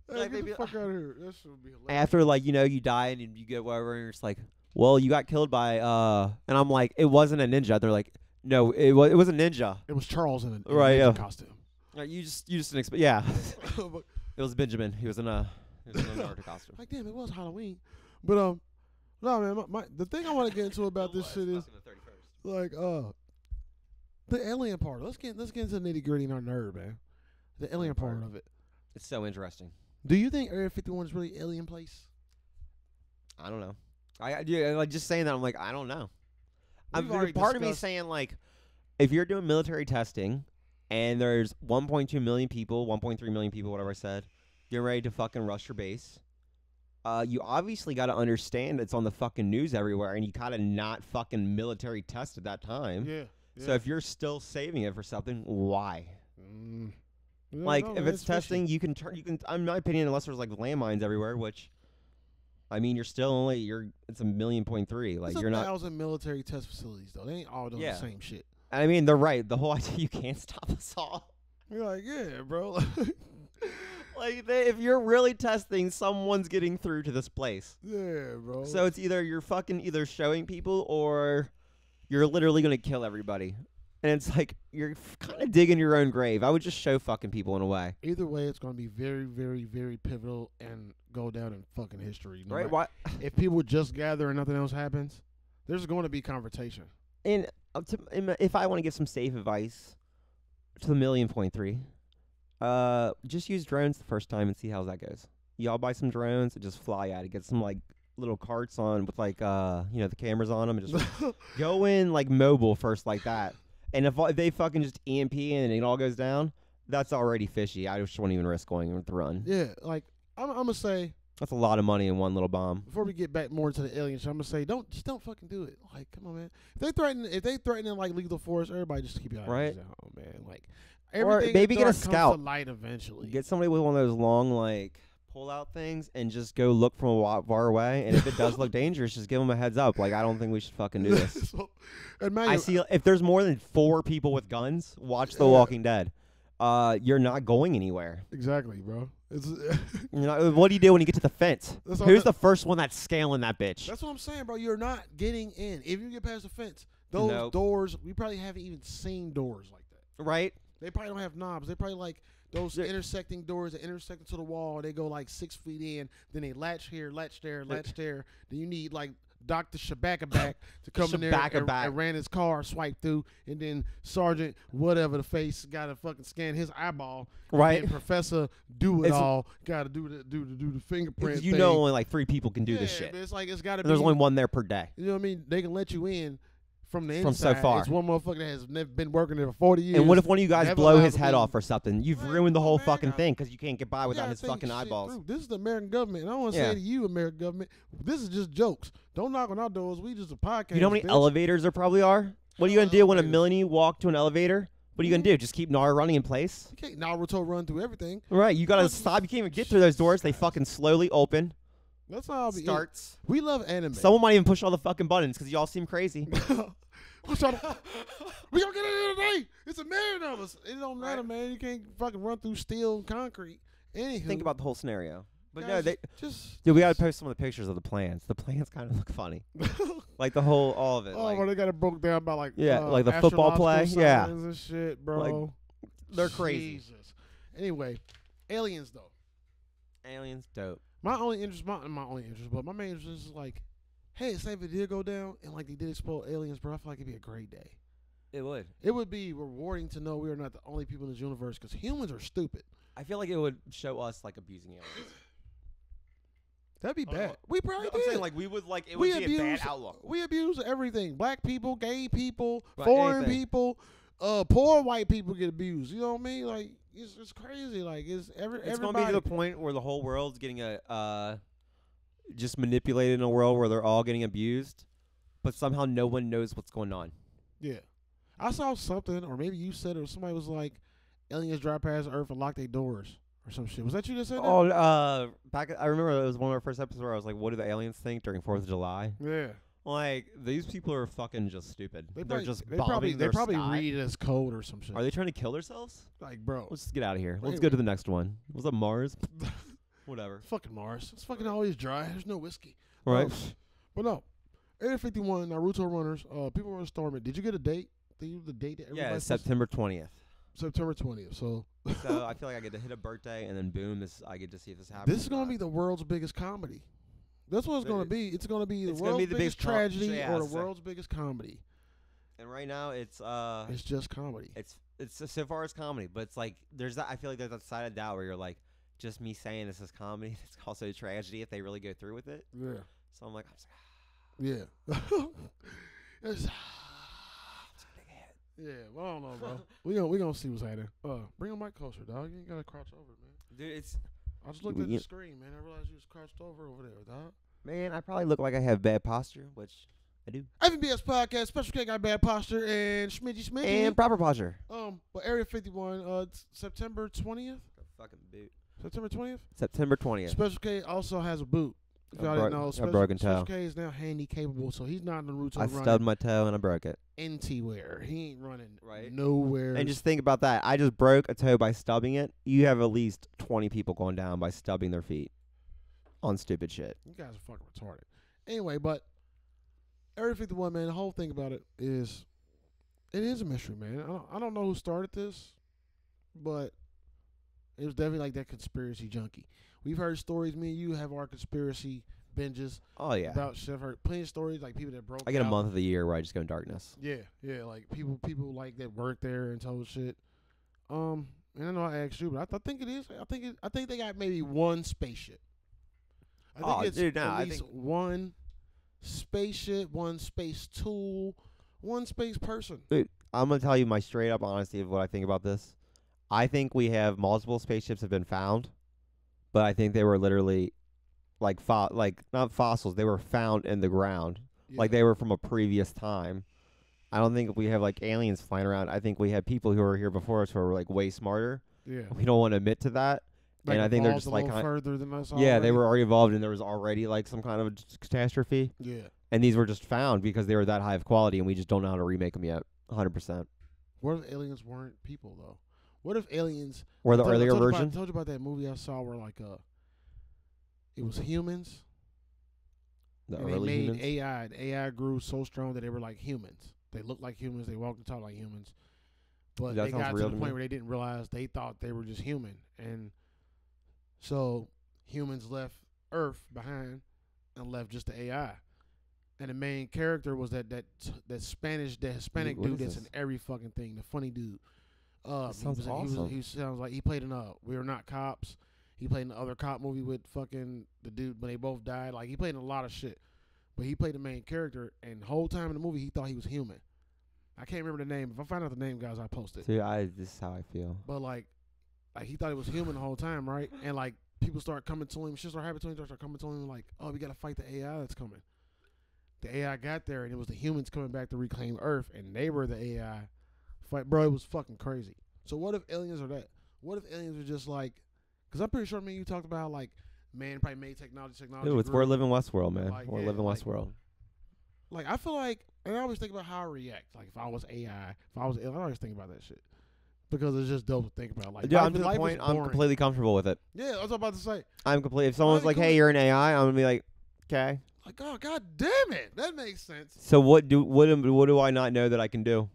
[SPEAKER 1] Hey, get
[SPEAKER 2] Like, maybe-
[SPEAKER 1] the fuck out of here. That should be hilarious.
[SPEAKER 2] After like you know you die and you get whatever and you're just like, well you got killed by uh and I'm like it wasn't a ninja. They're like no it was it was a ninja.
[SPEAKER 1] It was Charles in a, in
[SPEAKER 2] Right,
[SPEAKER 1] a ninja
[SPEAKER 2] yeah.
[SPEAKER 1] costume.
[SPEAKER 2] Like, You just you just didn't expect yeah.
[SPEAKER 1] But-
[SPEAKER 2] It was Benjamin. He was in a he was in a Naruto costume.
[SPEAKER 1] like damn, it was Halloween. But um, no man, my, my the thing I want to get into about this shit is like uh, the alien part. Let's get let's get into the nitty gritty and our nerd, man. The alien part of it.
[SPEAKER 2] It's so interesting.
[SPEAKER 1] Do you think Area 51 is really alien place?
[SPEAKER 2] I don't know. I I- yeah, like just saying that. I'm like I don't know. I'm,
[SPEAKER 1] We've
[SPEAKER 2] there-
[SPEAKER 1] already
[SPEAKER 2] part of me
[SPEAKER 1] discussed-
[SPEAKER 2] saying like, if you're doing military testing, and there's 1.2 million people, 1.3 million people, whatever I said, you're ready to fucking rush your base. Uh, you obviously got to understand it's on the fucking news everywhere, and you gotta not fucking military test at that time.
[SPEAKER 1] Yeah.
[SPEAKER 2] So if you're still saving it for something, why?
[SPEAKER 1] Mm. You don't
[SPEAKER 2] Like
[SPEAKER 1] know,
[SPEAKER 2] if
[SPEAKER 1] man,
[SPEAKER 2] it's
[SPEAKER 1] fishy.
[SPEAKER 2] testing, you can turn. You can. In my opinion, unless there's like landmines everywhere, which, I mean, you're still only you're. It's a million point three. Like
[SPEAKER 1] There's a
[SPEAKER 2] you're not.
[SPEAKER 1] thousand military test facilities though. They ain't all doing
[SPEAKER 2] Yeah.
[SPEAKER 1] the same shit.
[SPEAKER 2] I mean, they're right. The whole idea you can't stop us all.
[SPEAKER 1] You're like, yeah, bro.
[SPEAKER 2] Like they, if you're really testing, someone's getting through to this place.
[SPEAKER 1] yeah, bro.
[SPEAKER 2] So it's either you're fucking either showing people or you're literally gonna kill everybody. And it's like you're kind of digging your own grave. I would just show fucking people in a way,
[SPEAKER 1] either way, it's gonna be very, very, very pivotal and go down in fucking history. no
[SPEAKER 2] right?
[SPEAKER 1] matter-
[SPEAKER 2] Why?
[SPEAKER 1] If people just gather and nothing else happens, there's going to be confrontation.
[SPEAKER 2] And uh, to, in my- if I want to give some safe advice to the million point three, uh, just use drones the first time and see how that goes. Y'all buy some drones and just fly at it. Get some like little carts on with like uh, you know, the cameras on them and just go in like mobile first like that. And if all- they fucking just EMP and it all goes down, that's already fishy. I just won't even risk going with the run.
[SPEAKER 1] yeah, like I'm, I'm gonna say
[SPEAKER 2] That's a lot of money in one little bomb.
[SPEAKER 1] before we get back more into the alien shit, I'm gonna say don't just don't fucking do it. Like, come on, man. If they threaten, if they threatening like lethal force, everybody just keep your eyes
[SPEAKER 2] Right.
[SPEAKER 1] out, man. Like,
[SPEAKER 2] Or
[SPEAKER 1] everything in
[SPEAKER 2] maybe
[SPEAKER 1] the
[SPEAKER 2] get a
[SPEAKER 1] dark comes to
[SPEAKER 2] scout.
[SPEAKER 1] light eventually.
[SPEAKER 2] Get somebody with one of those long like pull out things and just go look from a wa- far away. And if it does look dangerous, just give them a heads up. Like I don't think we should fucking do this.
[SPEAKER 1] So, and man,
[SPEAKER 2] I see if there's more than four people with guns, watch The Walking Dead. Uh, you're not going anywhere.
[SPEAKER 1] exactly, bro. It's,
[SPEAKER 2] You're not, what do you do when you get to the fence?
[SPEAKER 1] That's all
[SPEAKER 2] Who's
[SPEAKER 1] that-
[SPEAKER 2] the first one that's scaling that bitch?
[SPEAKER 1] that's what I'm saying, bro. You're not getting in. If you get past the fence, those
[SPEAKER 2] Nope.
[SPEAKER 1] doors, we probably haven't even seen doors like that.
[SPEAKER 2] Right?
[SPEAKER 1] They probably don't have knobs. They probably like those
[SPEAKER 2] Yeah.
[SPEAKER 1] intersecting doors that intersect to the wall. They go like six feet in, then they latch here, latch there, latch there. Then you need like Doctor Shabaka back to come in there and, and
[SPEAKER 2] Shabakaback.
[SPEAKER 1] ran his car, swipe through, and then Sergeant whatever the face got to fucking scan his eyeball. and
[SPEAKER 2] Right.
[SPEAKER 1] then Professor do it
[SPEAKER 2] It's-
[SPEAKER 1] all got to do the do the do the fingerprint.
[SPEAKER 2] You
[SPEAKER 1] thing.
[SPEAKER 2] know only like three people can do this
[SPEAKER 1] Yeah,
[SPEAKER 2] shit.
[SPEAKER 1] but It's like it's got to be.
[SPEAKER 2] There's only one there per day.
[SPEAKER 1] You know what I mean? They can let you in from the
[SPEAKER 2] From so
[SPEAKER 1] inside.
[SPEAKER 2] far.
[SPEAKER 1] It's one motherfucker that has nev- been working there for forty years.
[SPEAKER 2] And what if one of you guys
[SPEAKER 1] never
[SPEAKER 2] blow
[SPEAKER 1] allowed
[SPEAKER 2] his
[SPEAKER 1] to
[SPEAKER 2] head
[SPEAKER 1] leave.
[SPEAKER 2] off or something? You've
[SPEAKER 1] Man,
[SPEAKER 2] ruined the
[SPEAKER 1] come on,
[SPEAKER 2] whole
[SPEAKER 1] oh, man,
[SPEAKER 2] fucking
[SPEAKER 1] I-
[SPEAKER 2] thing because you can't get by
[SPEAKER 1] You
[SPEAKER 2] without
[SPEAKER 1] gotta
[SPEAKER 2] his
[SPEAKER 1] think
[SPEAKER 2] fucking
[SPEAKER 1] shit
[SPEAKER 2] eyeballs.
[SPEAKER 1] through. This is the American government. and I don't want to
[SPEAKER 2] Yeah.
[SPEAKER 1] say to you, American government, this is just jokes. Don't knock on our doors. We just a podcast.
[SPEAKER 2] You know how many
[SPEAKER 1] bitch.
[SPEAKER 2] elevators there probably are? What are you gonna
[SPEAKER 1] Uh,
[SPEAKER 2] do when a
[SPEAKER 1] elevators.
[SPEAKER 2] millionaire walk to an elevator? What are you gonna do? Just keep Nara running in place?
[SPEAKER 1] You can't Naruto run through everything.
[SPEAKER 2] Right, you gotta
[SPEAKER 1] Fucking
[SPEAKER 2] stop. You can't even get through those doors. They fucking slowly open.
[SPEAKER 1] That's how I'll be.
[SPEAKER 2] Starts.
[SPEAKER 1] We love anime.
[SPEAKER 2] Someone might even push all the fucking buttons because y'all seem crazy.
[SPEAKER 1] we trying to, we gonna get in here today. It's a million of us. It don't matter, man. You can't fucking run through steel and concrete. Anywho,
[SPEAKER 2] Think about the whole scenario. But no,
[SPEAKER 1] guys,
[SPEAKER 2] they.
[SPEAKER 1] just.
[SPEAKER 2] Dude, we gotta post some of the pictures of the plans. The plans kind of look funny, like the whole, all of it.
[SPEAKER 1] oh,
[SPEAKER 2] like,
[SPEAKER 1] bro, they got it broke down by like
[SPEAKER 2] Yeah,
[SPEAKER 1] uh,
[SPEAKER 2] like the football play.
[SPEAKER 1] astrological
[SPEAKER 2] Yeah.
[SPEAKER 1] signs and shit, bro.
[SPEAKER 2] they're crazy.
[SPEAKER 1] Jesus. Anyway, aliens though.
[SPEAKER 2] Aliens, dope.
[SPEAKER 1] My only interest, my my only interest, but my main interest is like, hey, say if it did go down and like they did expose aliens, bro, I feel like it'd be a great day.
[SPEAKER 2] It would.
[SPEAKER 1] It would be rewarding to know we are not the only people in this universe because humans are stupid.
[SPEAKER 2] I feel like it would show us like abusing aliens.
[SPEAKER 1] That'd be
[SPEAKER 2] Oh,
[SPEAKER 1] bad. we probably
[SPEAKER 2] I'm
[SPEAKER 1] did.
[SPEAKER 2] saying like we would like it
[SPEAKER 1] we
[SPEAKER 2] would be
[SPEAKER 1] abuse,
[SPEAKER 2] a bad outlook.
[SPEAKER 1] We abuse everything: black people, gay people,
[SPEAKER 2] Right,
[SPEAKER 1] foreign
[SPEAKER 2] anything.
[SPEAKER 1] people, uh, poor white people get abused. You know what I mean? Like it's, it's crazy. Like it's every
[SPEAKER 2] It's
[SPEAKER 1] everybody.
[SPEAKER 2] gonna be to the point where the whole world's getting a uh, just manipulated in a world where they're all getting abused, but somehow no one knows what's going on.
[SPEAKER 1] Yeah. I saw something, or maybe you said it, or somebody was like, aliens drive past Earth and lock their doors or some shit. Was that you that said
[SPEAKER 2] Oh, uh, back I remember it was one of our first episodes where I was like, "What do the aliens think during Fourth of July?"
[SPEAKER 1] that? Yeah.
[SPEAKER 2] Like these people are fucking just stupid.
[SPEAKER 1] They
[SPEAKER 2] are
[SPEAKER 1] probably,
[SPEAKER 2] just
[SPEAKER 1] they
[SPEAKER 2] bombing
[SPEAKER 1] probably,
[SPEAKER 2] their
[SPEAKER 1] they probably
[SPEAKER 2] sky.
[SPEAKER 1] read it as code or some shit.
[SPEAKER 2] Are they trying to kill themselves?
[SPEAKER 1] like, bro, it's
[SPEAKER 2] Let's get out of here. Let's
[SPEAKER 1] Wait,
[SPEAKER 2] go to the next one. Was that Mars? Whatever.
[SPEAKER 1] fucking Mars. It's fucking always dry. There's no whiskey.
[SPEAKER 2] All right.
[SPEAKER 1] But no, Area 51, Naruto runners, uh, people were storming. Did you get a date? Did you get the date that
[SPEAKER 2] yeah,
[SPEAKER 1] everybody
[SPEAKER 2] it's September twentieth.
[SPEAKER 1] September 20th. So
[SPEAKER 2] so I feel like I get to hit a birthday and then boom, this I get to see if this happens.
[SPEAKER 1] this is
[SPEAKER 2] or
[SPEAKER 1] going to
[SPEAKER 2] not.
[SPEAKER 1] be the world's biggest comedy. That's what it's
[SPEAKER 2] But
[SPEAKER 1] going to
[SPEAKER 2] it-
[SPEAKER 1] be. It's going to be the
[SPEAKER 2] it's gonna
[SPEAKER 1] world's
[SPEAKER 2] be the
[SPEAKER 1] biggest
[SPEAKER 2] biggest com-
[SPEAKER 1] tragedy
[SPEAKER 2] yeah,
[SPEAKER 1] or the
[SPEAKER 2] so-
[SPEAKER 1] world's biggest comedy.
[SPEAKER 2] And right now it's uh
[SPEAKER 1] It's just comedy.
[SPEAKER 2] it's it's so far it's comedy, but it's like there's that I feel like there's that side of doubt where you're like, just me saying this is comedy, it's also a tragedy if they really go through with it.
[SPEAKER 1] Yeah.
[SPEAKER 2] So I'm like, I'm just gonna
[SPEAKER 1] Yeah. It's- yeah, well, I don't know, bro. we gonna we gonna see what's happening. Uh, bring on mic closer, dog. You ain't gotta crouch over, man.
[SPEAKER 2] Dude, it's
[SPEAKER 1] I just looked
[SPEAKER 2] We
[SPEAKER 1] at the
[SPEAKER 2] get-
[SPEAKER 1] screen, man. I realized you was crouched over over there, dog.
[SPEAKER 2] man, I probably look like I have bad posture, which I do.
[SPEAKER 1] FBS podcast, special K got bad posture and Schmidgy Schmidgy.
[SPEAKER 2] And proper posture.
[SPEAKER 1] um, but Area 51, uh, it's September 20th.
[SPEAKER 2] fucking boot.
[SPEAKER 1] September 20th.
[SPEAKER 2] September twentieth.
[SPEAKER 1] Special K also has a boot. If
[SPEAKER 2] A
[SPEAKER 1] y'all didn't
[SPEAKER 2] broken-
[SPEAKER 1] know,
[SPEAKER 2] a
[SPEAKER 1] Special,
[SPEAKER 2] broken
[SPEAKER 1] Special
[SPEAKER 2] toe.
[SPEAKER 1] K is now handy capable, so he's not in the routine
[SPEAKER 2] I
[SPEAKER 1] running
[SPEAKER 2] stubbed my toe and I broke it.
[SPEAKER 1] anywhere. He ain't running
[SPEAKER 2] Right.
[SPEAKER 1] nowhere.
[SPEAKER 2] And just think about that. I just broke a toe by stubbing it. You have at least twenty people going down by stubbing their feet on stupid shit.
[SPEAKER 1] You guys are fucking retarded. Anyway, but Area 51, man, the whole thing about it is it is a mystery, man. I don't, I don't know who started this, but it was definitely like that conspiracy junkie. We've heard stories. Me and you have our conspiracy binges
[SPEAKER 2] Oh yeah.
[SPEAKER 1] about shit. I've heard plenty of stories like people that broke.
[SPEAKER 2] I get a
[SPEAKER 1] out.
[SPEAKER 2] month of the year where I just go in darkness.
[SPEAKER 1] Yeah, yeah, like people, people like that work there and told shit. Um, and I know I asked you, but I, th- I think it is. I think it, I think they got maybe one spaceship. I think
[SPEAKER 2] Oh,
[SPEAKER 1] it's
[SPEAKER 2] dude, nah,
[SPEAKER 1] at
[SPEAKER 2] I
[SPEAKER 1] least
[SPEAKER 2] think-
[SPEAKER 1] one spaceship, one space tool, one space person.
[SPEAKER 2] I'm gonna tell you my straight up honesty of what I think about this. I think we have multiple spaceships have been found, but I think they were literally like fo- like not fossils. They were found in the ground, like
[SPEAKER 1] Yeah.
[SPEAKER 2] they were from a previous time. I don't think we have like aliens flying around. I think we have people who were here before us who are like way smarter.
[SPEAKER 1] yeah,
[SPEAKER 2] We don't want to admit to that,
[SPEAKER 1] Like
[SPEAKER 2] and I think they're
[SPEAKER 1] evolved
[SPEAKER 2] just
[SPEAKER 1] a
[SPEAKER 2] like
[SPEAKER 1] little
[SPEAKER 2] kinda-
[SPEAKER 1] further than us.
[SPEAKER 2] Yeah, they
[SPEAKER 1] already.
[SPEAKER 2] were already involved, and there was already like some kind of a s- catastrophe.
[SPEAKER 1] Yeah,
[SPEAKER 2] And these were just found because they were that high of quality, and we just don't know how to remake them yet. 100%.
[SPEAKER 1] what if aliens weren't people though? What if aliens
[SPEAKER 2] Or the
[SPEAKER 1] I told- I
[SPEAKER 2] earlier
[SPEAKER 1] told you about- I
[SPEAKER 2] version.
[SPEAKER 1] told you about that movie I saw where like uh, it was humans
[SPEAKER 2] The
[SPEAKER 1] and
[SPEAKER 2] early
[SPEAKER 1] they made
[SPEAKER 2] humans.
[SPEAKER 1] AI. And AI grew so strong that they were like humans. They looked like humans. They walked and talked like humans. But
[SPEAKER 2] That
[SPEAKER 1] they
[SPEAKER 2] sounds
[SPEAKER 1] got to
[SPEAKER 2] real
[SPEAKER 1] the
[SPEAKER 2] to me.
[SPEAKER 1] point where they didn't realize they thought they were just human, and so humans left Earth behind and left just the AI. And the main character was that that that Spanish that Hispanic
[SPEAKER 2] what
[SPEAKER 1] dude
[SPEAKER 2] is
[SPEAKER 1] that's
[SPEAKER 2] this?
[SPEAKER 1] in every fucking thing. The funny dude. Uh,
[SPEAKER 2] That sounds
[SPEAKER 1] he was, in- He,
[SPEAKER 2] awesome.
[SPEAKER 1] was, he sounds like he played in uh, We Are Not Cops. He played in the other cop movie with fucking the dude when they both died. Like he played in a lot of shit, but he played the main character. And the whole time in the movie, he thought he was human. I can't remember the name. If I find out the name, guys, I post it.
[SPEAKER 2] Dude, I, this is how I feel.
[SPEAKER 1] But like, like he thought he was human the whole time, right? And like people start coming to him, shit start happening to him, start coming to him like, oh, we gotta fight the AI that's coming. The AI got there, and it was the humans coming back to reclaim Earth, and they were the AI. Fight, bro, it was fucking crazy. So what if aliens are that? What if aliens were just like? Because I'm pretty sure me and you talked about how, like man probably made technology, technology.
[SPEAKER 2] Dude, it's,
[SPEAKER 1] grew.
[SPEAKER 2] we're living Westworld, man.
[SPEAKER 1] Like,
[SPEAKER 2] we're
[SPEAKER 1] yeah,
[SPEAKER 2] living
[SPEAKER 1] like-
[SPEAKER 2] Westworld.
[SPEAKER 1] Like I feel like, and I always think about how I react. Like if I was AI, if I was, I always think about that shit because it's just dope to think about. Like
[SPEAKER 2] Dude,
[SPEAKER 1] life,
[SPEAKER 2] I'm to the
[SPEAKER 1] life is
[SPEAKER 2] point, I'm
[SPEAKER 1] boring.
[SPEAKER 2] completely comfortable with it.
[SPEAKER 1] Yeah, I was about to say.
[SPEAKER 2] I'm completely. If someone's
[SPEAKER 1] Alright,
[SPEAKER 2] like,
[SPEAKER 1] cool.
[SPEAKER 2] hey, you're an AI, I'm going to be like, okay.
[SPEAKER 1] Like, oh god damn it, that makes sense.
[SPEAKER 2] So what do what am- what do I not know that I can do?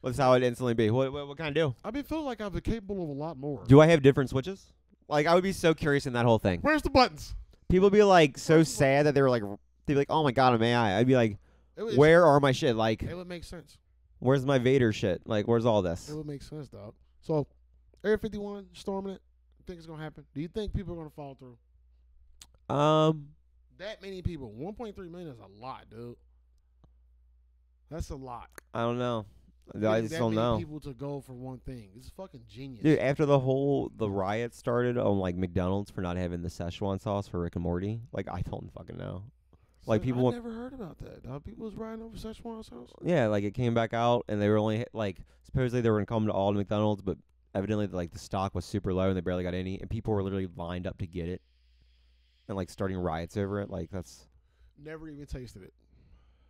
[SPEAKER 2] What's how it instantly be? What what, what kind of do?
[SPEAKER 1] I've been feeling like I've been capable of a lot more.
[SPEAKER 2] Do I have different switches? Like I would be so curious in that whole thing.
[SPEAKER 1] Where's the buttons?
[SPEAKER 2] People be like so sad that they were like they'd be like, oh my god, I'm AI. I'd be like,
[SPEAKER 1] It would,
[SPEAKER 2] where are my shit? Like,
[SPEAKER 1] It would make sense.
[SPEAKER 2] where's my Vader shit? Like, where's all this?
[SPEAKER 1] It would make sense, dog. So, Area 51 storming it. Think it's gonna happen? Do you think people are gonna fall through?
[SPEAKER 2] Um,
[SPEAKER 1] That many people, 1.3 million is a lot, dude. That's a lot.
[SPEAKER 2] I don't know. I
[SPEAKER 1] Getting
[SPEAKER 2] just
[SPEAKER 1] that
[SPEAKER 2] don't
[SPEAKER 1] many
[SPEAKER 2] know.
[SPEAKER 1] People to go for one thing. It's fucking genius.
[SPEAKER 2] Dude, after the whole the riot started on like McDonald's for not having the Szechuan sauce for Rick and Morty, like I don't fucking know. like,
[SPEAKER 1] Son,
[SPEAKER 2] people
[SPEAKER 1] I
[SPEAKER 2] want-
[SPEAKER 1] never heard about that. Dog. People was riding over Szechuan's house.
[SPEAKER 2] Yeah, like it came back out, and they were only like supposedly they were gonna come to all the McDonald's, but evidently like the stock was super low and they barely got any, and people were literally lined up to get it, and like starting riots over it. Like that's
[SPEAKER 1] Never even tasted it.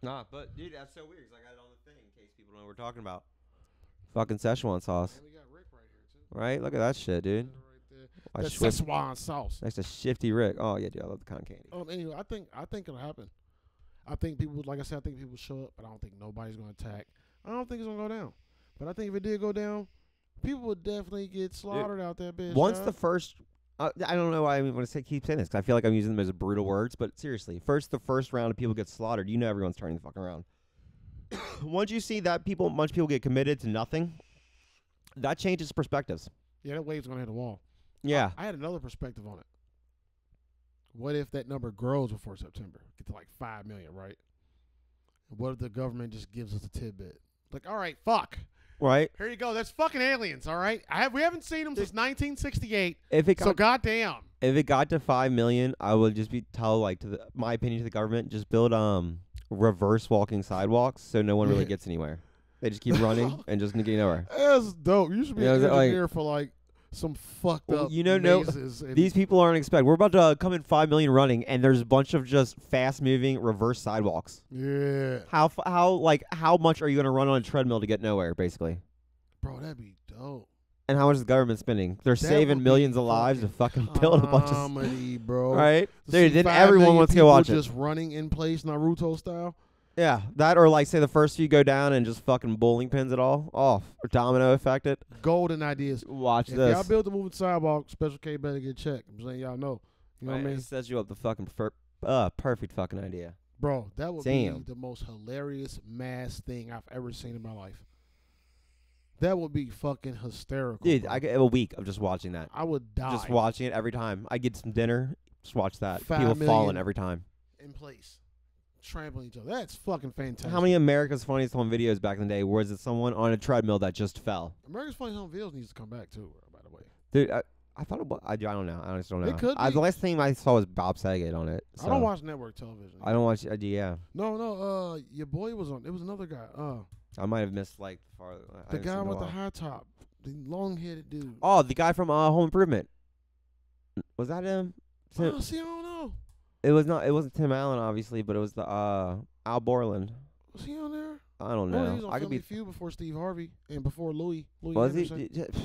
[SPEAKER 2] nah, but dude, that's so weird. Cause I got it on the thing in case people don't know what we're talking about. Fucking Szechuan sauce,
[SPEAKER 1] And we got Rick right here too.
[SPEAKER 2] right? Look at that shit, dude.
[SPEAKER 1] Right there.
[SPEAKER 2] I
[SPEAKER 1] That
[SPEAKER 2] swift-
[SPEAKER 1] Szechuan sauce.
[SPEAKER 2] That's a shifty Rick. Oh yeah, dude, I love the con candy.
[SPEAKER 1] Um, anyway, I think I think it'll happen. I think people, like I said, I think people show up, but I don't think nobody's gonna attack. I don't think it's gonna go down. But I think if it did go down, people would definitely get slaughtered out there, bitch.
[SPEAKER 2] Once
[SPEAKER 1] dog.
[SPEAKER 2] the first, uh, I don't know why I want to say keep saying this 'cause I feel like I'm using them as brutal words, but seriously, first the first round of people get slaughtered, you know everyone's turning the fuck around. Once you see that people, bunch of people get committed to nothing, that changes perspectives.
[SPEAKER 1] yeah, that wave's gonna hit a wall.
[SPEAKER 2] Yeah,
[SPEAKER 1] I had another perspective on it. What if that number grows before September? Get to like five million, right? What if the government just gives us a tidbit? Like, all right, fuck.
[SPEAKER 2] right.
[SPEAKER 1] Here you go. That's fucking aliens, all right? I have we haven't seen them since 1968.
[SPEAKER 2] If it got,
[SPEAKER 1] So goddamn.
[SPEAKER 2] if it got to five million, I would just be tell like to the, my opinion to the government, just build um reverse walking sidewalks so no one really
[SPEAKER 1] Yeah.
[SPEAKER 2] gets anywhere. They just keep running and just get nowhere.
[SPEAKER 1] That's dope. You should be
[SPEAKER 2] You know,
[SPEAKER 1] an
[SPEAKER 2] it's like-
[SPEAKER 1] engineer for like some fucked
[SPEAKER 2] Well,
[SPEAKER 1] up.
[SPEAKER 2] you know, no-
[SPEAKER 1] mazes and-
[SPEAKER 2] These people aren't expect. We're about to uh, come in five million running, and there's a bunch of just fast moving reverse sidewalks.
[SPEAKER 1] yeah,
[SPEAKER 2] How f- how like how much are you gonna run on a treadmill to get nowhere, basically?
[SPEAKER 1] bro, that'd be dope.
[SPEAKER 2] And how much is the government spending? They're
[SPEAKER 1] That would
[SPEAKER 2] saving
[SPEAKER 1] be
[SPEAKER 2] millions of lives to fucking build a bunch of. s-
[SPEAKER 1] comedy, bro.
[SPEAKER 2] Right,
[SPEAKER 1] To
[SPEAKER 2] dude.
[SPEAKER 1] see
[SPEAKER 2] Then
[SPEAKER 1] five
[SPEAKER 2] everyone
[SPEAKER 1] million
[SPEAKER 2] wants to go
[SPEAKER 1] people
[SPEAKER 2] watch
[SPEAKER 1] Just running in place, Naruto style.
[SPEAKER 2] it. Yeah, that or like say the first few go down and just fucking bowling pins it all off or domino effect it.
[SPEAKER 1] Golden ideas.
[SPEAKER 2] Watch
[SPEAKER 1] If
[SPEAKER 2] this.
[SPEAKER 1] y'all build the moving sidewalk, Special K better get checked. I'm saying y'all know. You know what I
[SPEAKER 2] Man,
[SPEAKER 1] mean,
[SPEAKER 2] It sets you up the fucking per- uh, perfect fucking idea.
[SPEAKER 1] bro? That would
[SPEAKER 2] Damn.
[SPEAKER 1] be the most hilarious mass thing I've ever seen in my life. That would be fucking hysterical,
[SPEAKER 2] Dude,
[SPEAKER 1] bro.
[SPEAKER 2] I could have a week of just watching that.
[SPEAKER 1] I would die.
[SPEAKER 2] Just watching it every time. I get some dinner. Just watch that.
[SPEAKER 1] Five
[SPEAKER 2] People falling
[SPEAKER 1] million.
[SPEAKER 2] every time.
[SPEAKER 1] in place, trampling each other. That's fucking fantastic.
[SPEAKER 2] How many America's Funniest Home Videos back in the day was it someone on a treadmill that just fell?
[SPEAKER 1] America's Funny Home Videos needs to come back too. By the way,
[SPEAKER 2] Dude, I, I thought it was. I, I don't know. I just don't know.
[SPEAKER 1] It could
[SPEAKER 2] I,
[SPEAKER 1] be.
[SPEAKER 2] the last thing I saw was Bob Saget on it.
[SPEAKER 1] I don't
[SPEAKER 2] so
[SPEAKER 1] watch network television.
[SPEAKER 2] I don't watch. Uh, yeah,
[SPEAKER 1] no, no. Uh, your boy was on. It was another guy. Uh,
[SPEAKER 2] I might have missed like the far. I
[SPEAKER 1] the
[SPEAKER 2] haven't
[SPEAKER 1] guy
[SPEAKER 2] seen in a
[SPEAKER 1] with the
[SPEAKER 2] while.
[SPEAKER 1] high top, the long headed dude.
[SPEAKER 2] Oh, the guy from uh, Home Improvement. Was that him?
[SPEAKER 1] I
[SPEAKER 2] Tim,
[SPEAKER 1] don't see, I don't know.
[SPEAKER 2] it was not. It wasn't Tim Allen, obviously, but it was the uh Al Borland.
[SPEAKER 1] Was he on there?
[SPEAKER 2] I don't
[SPEAKER 1] No, he was
[SPEAKER 2] know.
[SPEAKER 1] on
[SPEAKER 2] I could
[SPEAKER 1] Family
[SPEAKER 2] be.
[SPEAKER 1] Feud before Steve Harvey and before Louis. Louis
[SPEAKER 2] Was he?
[SPEAKER 1] Anderson.
[SPEAKER 2] J- j-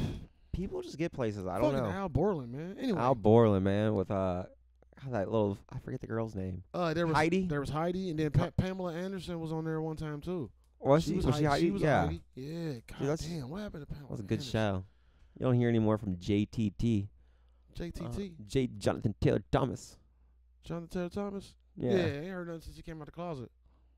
[SPEAKER 2] People just get places. I don't
[SPEAKER 1] Fucking
[SPEAKER 2] know.
[SPEAKER 1] Al Borland, man. Anyway,
[SPEAKER 2] Al Borland, man, with uh, God, that little. I forget the girl's name.
[SPEAKER 1] uh, there was
[SPEAKER 2] Heidi?
[SPEAKER 1] There was Heidi, and then
[SPEAKER 2] Huh.
[SPEAKER 1] pa- Pamela Anderson was on there one time too.
[SPEAKER 2] Was she?
[SPEAKER 1] was,
[SPEAKER 2] was she?
[SPEAKER 1] Heidi.
[SPEAKER 2] Heidi?
[SPEAKER 1] She was a
[SPEAKER 2] yeah.
[SPEAKER 1] Heidi. Yeah. God
[SPEAKER 2] that's-
[SPEAKER 1] damn, what happened to Pamela?
[SPEAKER 2] That was a good
[SPEAKER 1] Anderson?
[SPEAKER 2] show. You don't hear any more from JTT. Uh,
[SPEAKER 1] JTT,
[SPEAKER 2] J. Jonathan Taylor Thomas.
[SPEAKER 1] Jonathan Taylor Thomas.
[SPEAKER 2] Yeah.
[SPEAKER 1] I ain't heard nothing since he came out the closet.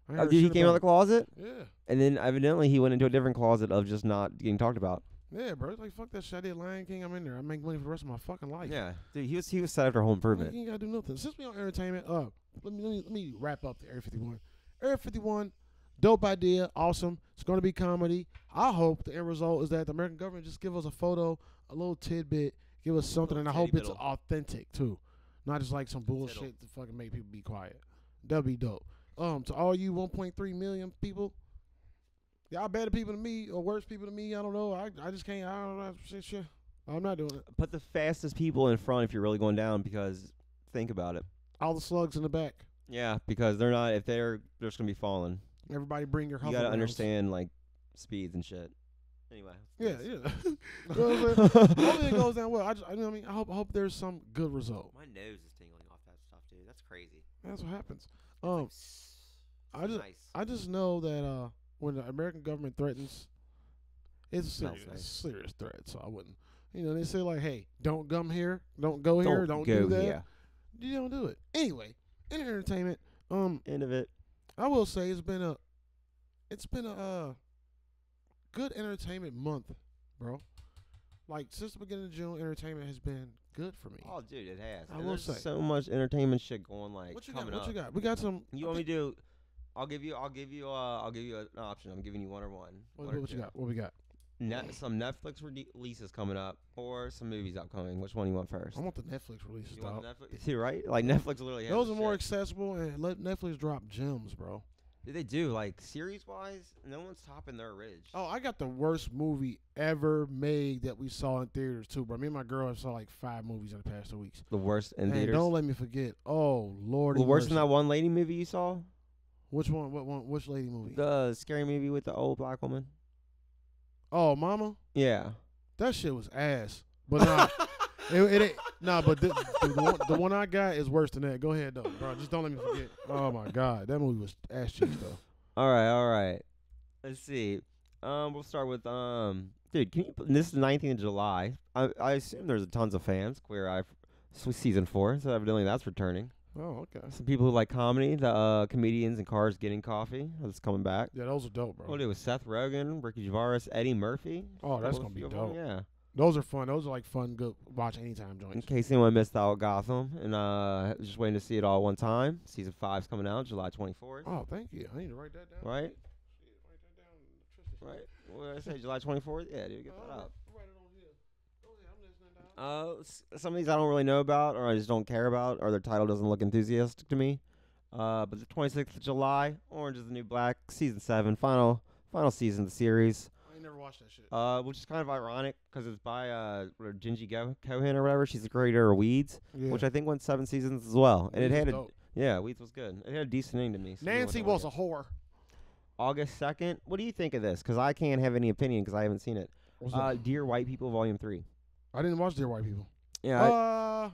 [SPEAKER 1] I ain't
[SPEAKER 2] Oh,
[SPEAKER 1] heard
[SPEAKER 2] dude, he
[SPEAKER 1] shit
[SPEAKER 2] came out of
[SPEAKER 1] about
[SPEAKER 2] the closet,
[SPEAKER 1] it.
[SPEAKER 2] and then evidently he went into a different closet of just not getting talked about.
[SPEAKER 1] Yeah, yeah, bro. It's Like fuck that shit. I did Lion King. I'm in there. I make money for the rest of my fucking life.
[SPEAKER 2] Yeah, dude, he was he was set after Home
[SPEAKER 1] Like,
[SPEAKER 2] Improvement.
[SPEAKER 1] you ain't gotta do nothing. Since we on entertainment, uh, let me let me, let me wrap up the Air 51. Air 51, dope idea, awesome. It's gonna be comedy. I hope the end result is that the American government just give us a photo, a little tidbit, give us something, and I hope it's
[SPEAKER 2] tidbittle.
[SPEAKER 1] authentic too, not just like some bullshit to fucking make people be quiet. That'd be dope. Um, to all you 1.3 million people, y'all better people than me or worse people than me. I don't know. I I just can't. I don't know. Shit, shit. I'm not doing it.
[SPEAKER 2] Put the fastest people in front if you're really going down, because think about it.
[SPEAKER 1] All the slugs in the back.
[SPEAKER 2] Yeah, because they're not if they're they're just gonna be falling.
[SPEAKER 1] Everybody bring your.
[SPEAKER 2] You gotta
[SPEAKER 1] Hufflepuffs.
[SPEAKER 2] understand like speeds and shit. Anyway.
[SPEAKER 1] Yeah,
[SPEAKER 2] yes.
[SPEAKER 1] yeah. you know what I'm saying? Hopefully it goes down well. I just, I know what I mean, I hope, I hope there's some good result.
[SPEAKER 4] My nose is tingling off that stuff, dude. That's crazy.
[SPEAKER 1] That's what happens. Um, I just,
[SPEAKER 4] nice.
[SPEAKER 1] I just know that uh, when the American government threatens, it's a serious,
[SPEAKER 2] nice.
[SPEAKER 1] serious threat. So I wouldn't, you know, they say like, hey, don't come here, don't go here, don't,
[SPEAKER 2] go
[SPEAKER 1] do that.
[SPEAKER 2] here.
[SPEAKER 1] You don't do it anyway. In entertainment, um,
[SPEAKER 2] End of it.
[SPEAKER 1] I will say it's been a, it's been a uh, good entertainment month, bro. Like since the beginning of June, entertainment has been good for me.
[SPEAKER 2] Oh, dude, it has.
[SPEAKER 1] I
[SPEAKER 2] And
[SPEAKER 1] will
[SPEAKER 2] There's
[SPEAKER 1] say.
[SPEAKER 2] so much entertainment shit going like
[SPEAKER 1] What you got?
[SPEAKER 2] coming
[SPEAKER 1] What
[SPEAKER 2] up.
[SPEAKER 1] you got? We got some.
[SPEAKER 2] You want me to do? I'll give you. I'll give you. Uh, I'll give you an option. I'm giving you one or one.
[SPEAKER 1] What,
[SPEAKER 2] one or
[SPEAKER 1] what you
[SPEAKER 2] two.
[SPEAKER 1] got? What we got?
[SPEAKER 2] Net, some Netflix rele- releases coming up, or some movies upcoming. Which one do you want first?
[SPEAKER 1] I want the Netflix releases.
[SPEAKER 2] you
[SPEAKER 1] dog.
[SPEAKER 2] want the Netflix? See, right? Like Netflix literally. Has
[SPEAKER 1] Those
[SPEAKER 2] the
[SPEAKER 1] are more
[SPEAKER 2] shit.
[SPEAKER 1] accessible, and let Netflix drop gems, bro.
[SPEAKER 2] they do like series wise. No one's topping their ridge.
[SPEAKER 1] Oh, I got the worst movie ever made that we saw in theaters too, bro. Me and my girl have saw like five movies in the past two weeks.
[SPEAKER 2] the worst in
[SPEAKER 1] And
[SPEAKER 2] theaters.
[SPEAKER 1] don't let me forget. Oh Lord,
[SPEAKER 2] the worst in that one lady movie you saw.
[SPEAKER 1] Which one? What one? Which lady movie?
[SPEAKER 2] The scary movie with the old black woman.
[SPEAKER 1] oh, Mama,
[SPEAKER 2] Yeah.
[SPEAKER 1] that shit was ass. But nah, it, it ain't, nah. But the, the, one, the one I got is worse than that. Go ahead though, bro. Just don't let me forget. Oh my God, that movie was ass cheeks though.
[SPEAKER 2] All right. All right. Let's see. Um, we'll start with um, dude. Can you? pl- This is the 19th of July. I, I assume there's tons of fans. Queer Eye, s- season four. So evidently that's returning.
[SPEAKER 1] Oh okay.
[SPEAKER 2] Some people who like comedy, the uh, comedians and cars getting coffee. That's coming back.
[SPEAKER 1] Yeah, those are dope, bro.
[SPEAKER 2] We'll do with Seth Rogen, Ricky Gervais, Eddie Murphy.
[SPEAKER 1] Oh, that's
[SPEAKER 2] Couple
[SPEAKER 1] gonna be
[SPEAKER 2] of them,
[SPEAKER 1] dope.
[SPEAKER 2] Yeah.
[SPEAKER 1] Those are fun. Those are like fun, good watch anytime
[SPEAKER 2] In
[SPEAKER 1] joints.
[SPEAKER 2] case anyone missed out Gotham and uh, just waiting to see it all one time. Season five's coming out July 24th.
[SPEAKER 1] Oh, thank you. I need to write that down.
[SPEAKER 2] Right?
[SPEAKER 1] Shit, write that down. Trust the shit.
[SPEAKER 2] Right. What did I say? July 24th. Yeah, dude, get
[SPEAKER 1] Oh,
[SPEAKER 2] that
[SPEAKER 1] I'll
[SPEAKER 2] up.
[SPEAKER 1] write it on here. Go ahead, I'm listening, dog.
[SPEAKER 2] Uh, s- some of these I don't really know about, or I just don't care about, or their title doesn't look enthusiastic to me. Uh, but the 26th of July, Orange is the New Black, season seven, final final season of the series.
[SPEAKER 1] I ain't never watched that shit.
[SPEAKER 2] Uh, which is kind of ironic because it's by uh or Gingy Go- Cohen or whatever. She's the creator of Weeds,
[SPEAKER 1] yeah.
[SPEAKER 2] which I think went seven seasons as well, and it had a
[SPEAKER 1] dope.
[SPEAKER 2] yeah, Weeds was good. It had a decent ending to me. so we went
[SPEAKER 1] Nancy
[SPEAKER 2] with
[SPEAKER 1] was
[SPEAKER 2] it.
[SPEAKER 1] a whore.
[SPEAKER 2] August second. What do you think of this? Because I can't have any opinion because I haven't seen it.
[SPEAKER 1] What's
[SPEAKER 2] Uh,
[SPEAKER 1] up?
[SPEAKER 2] Dear White People, Volume Three.
[SPEAKER 1] I didn't watch Dear White People.
[SPEAKER 2] Yeah, I-
[SPEAKER 1] uh,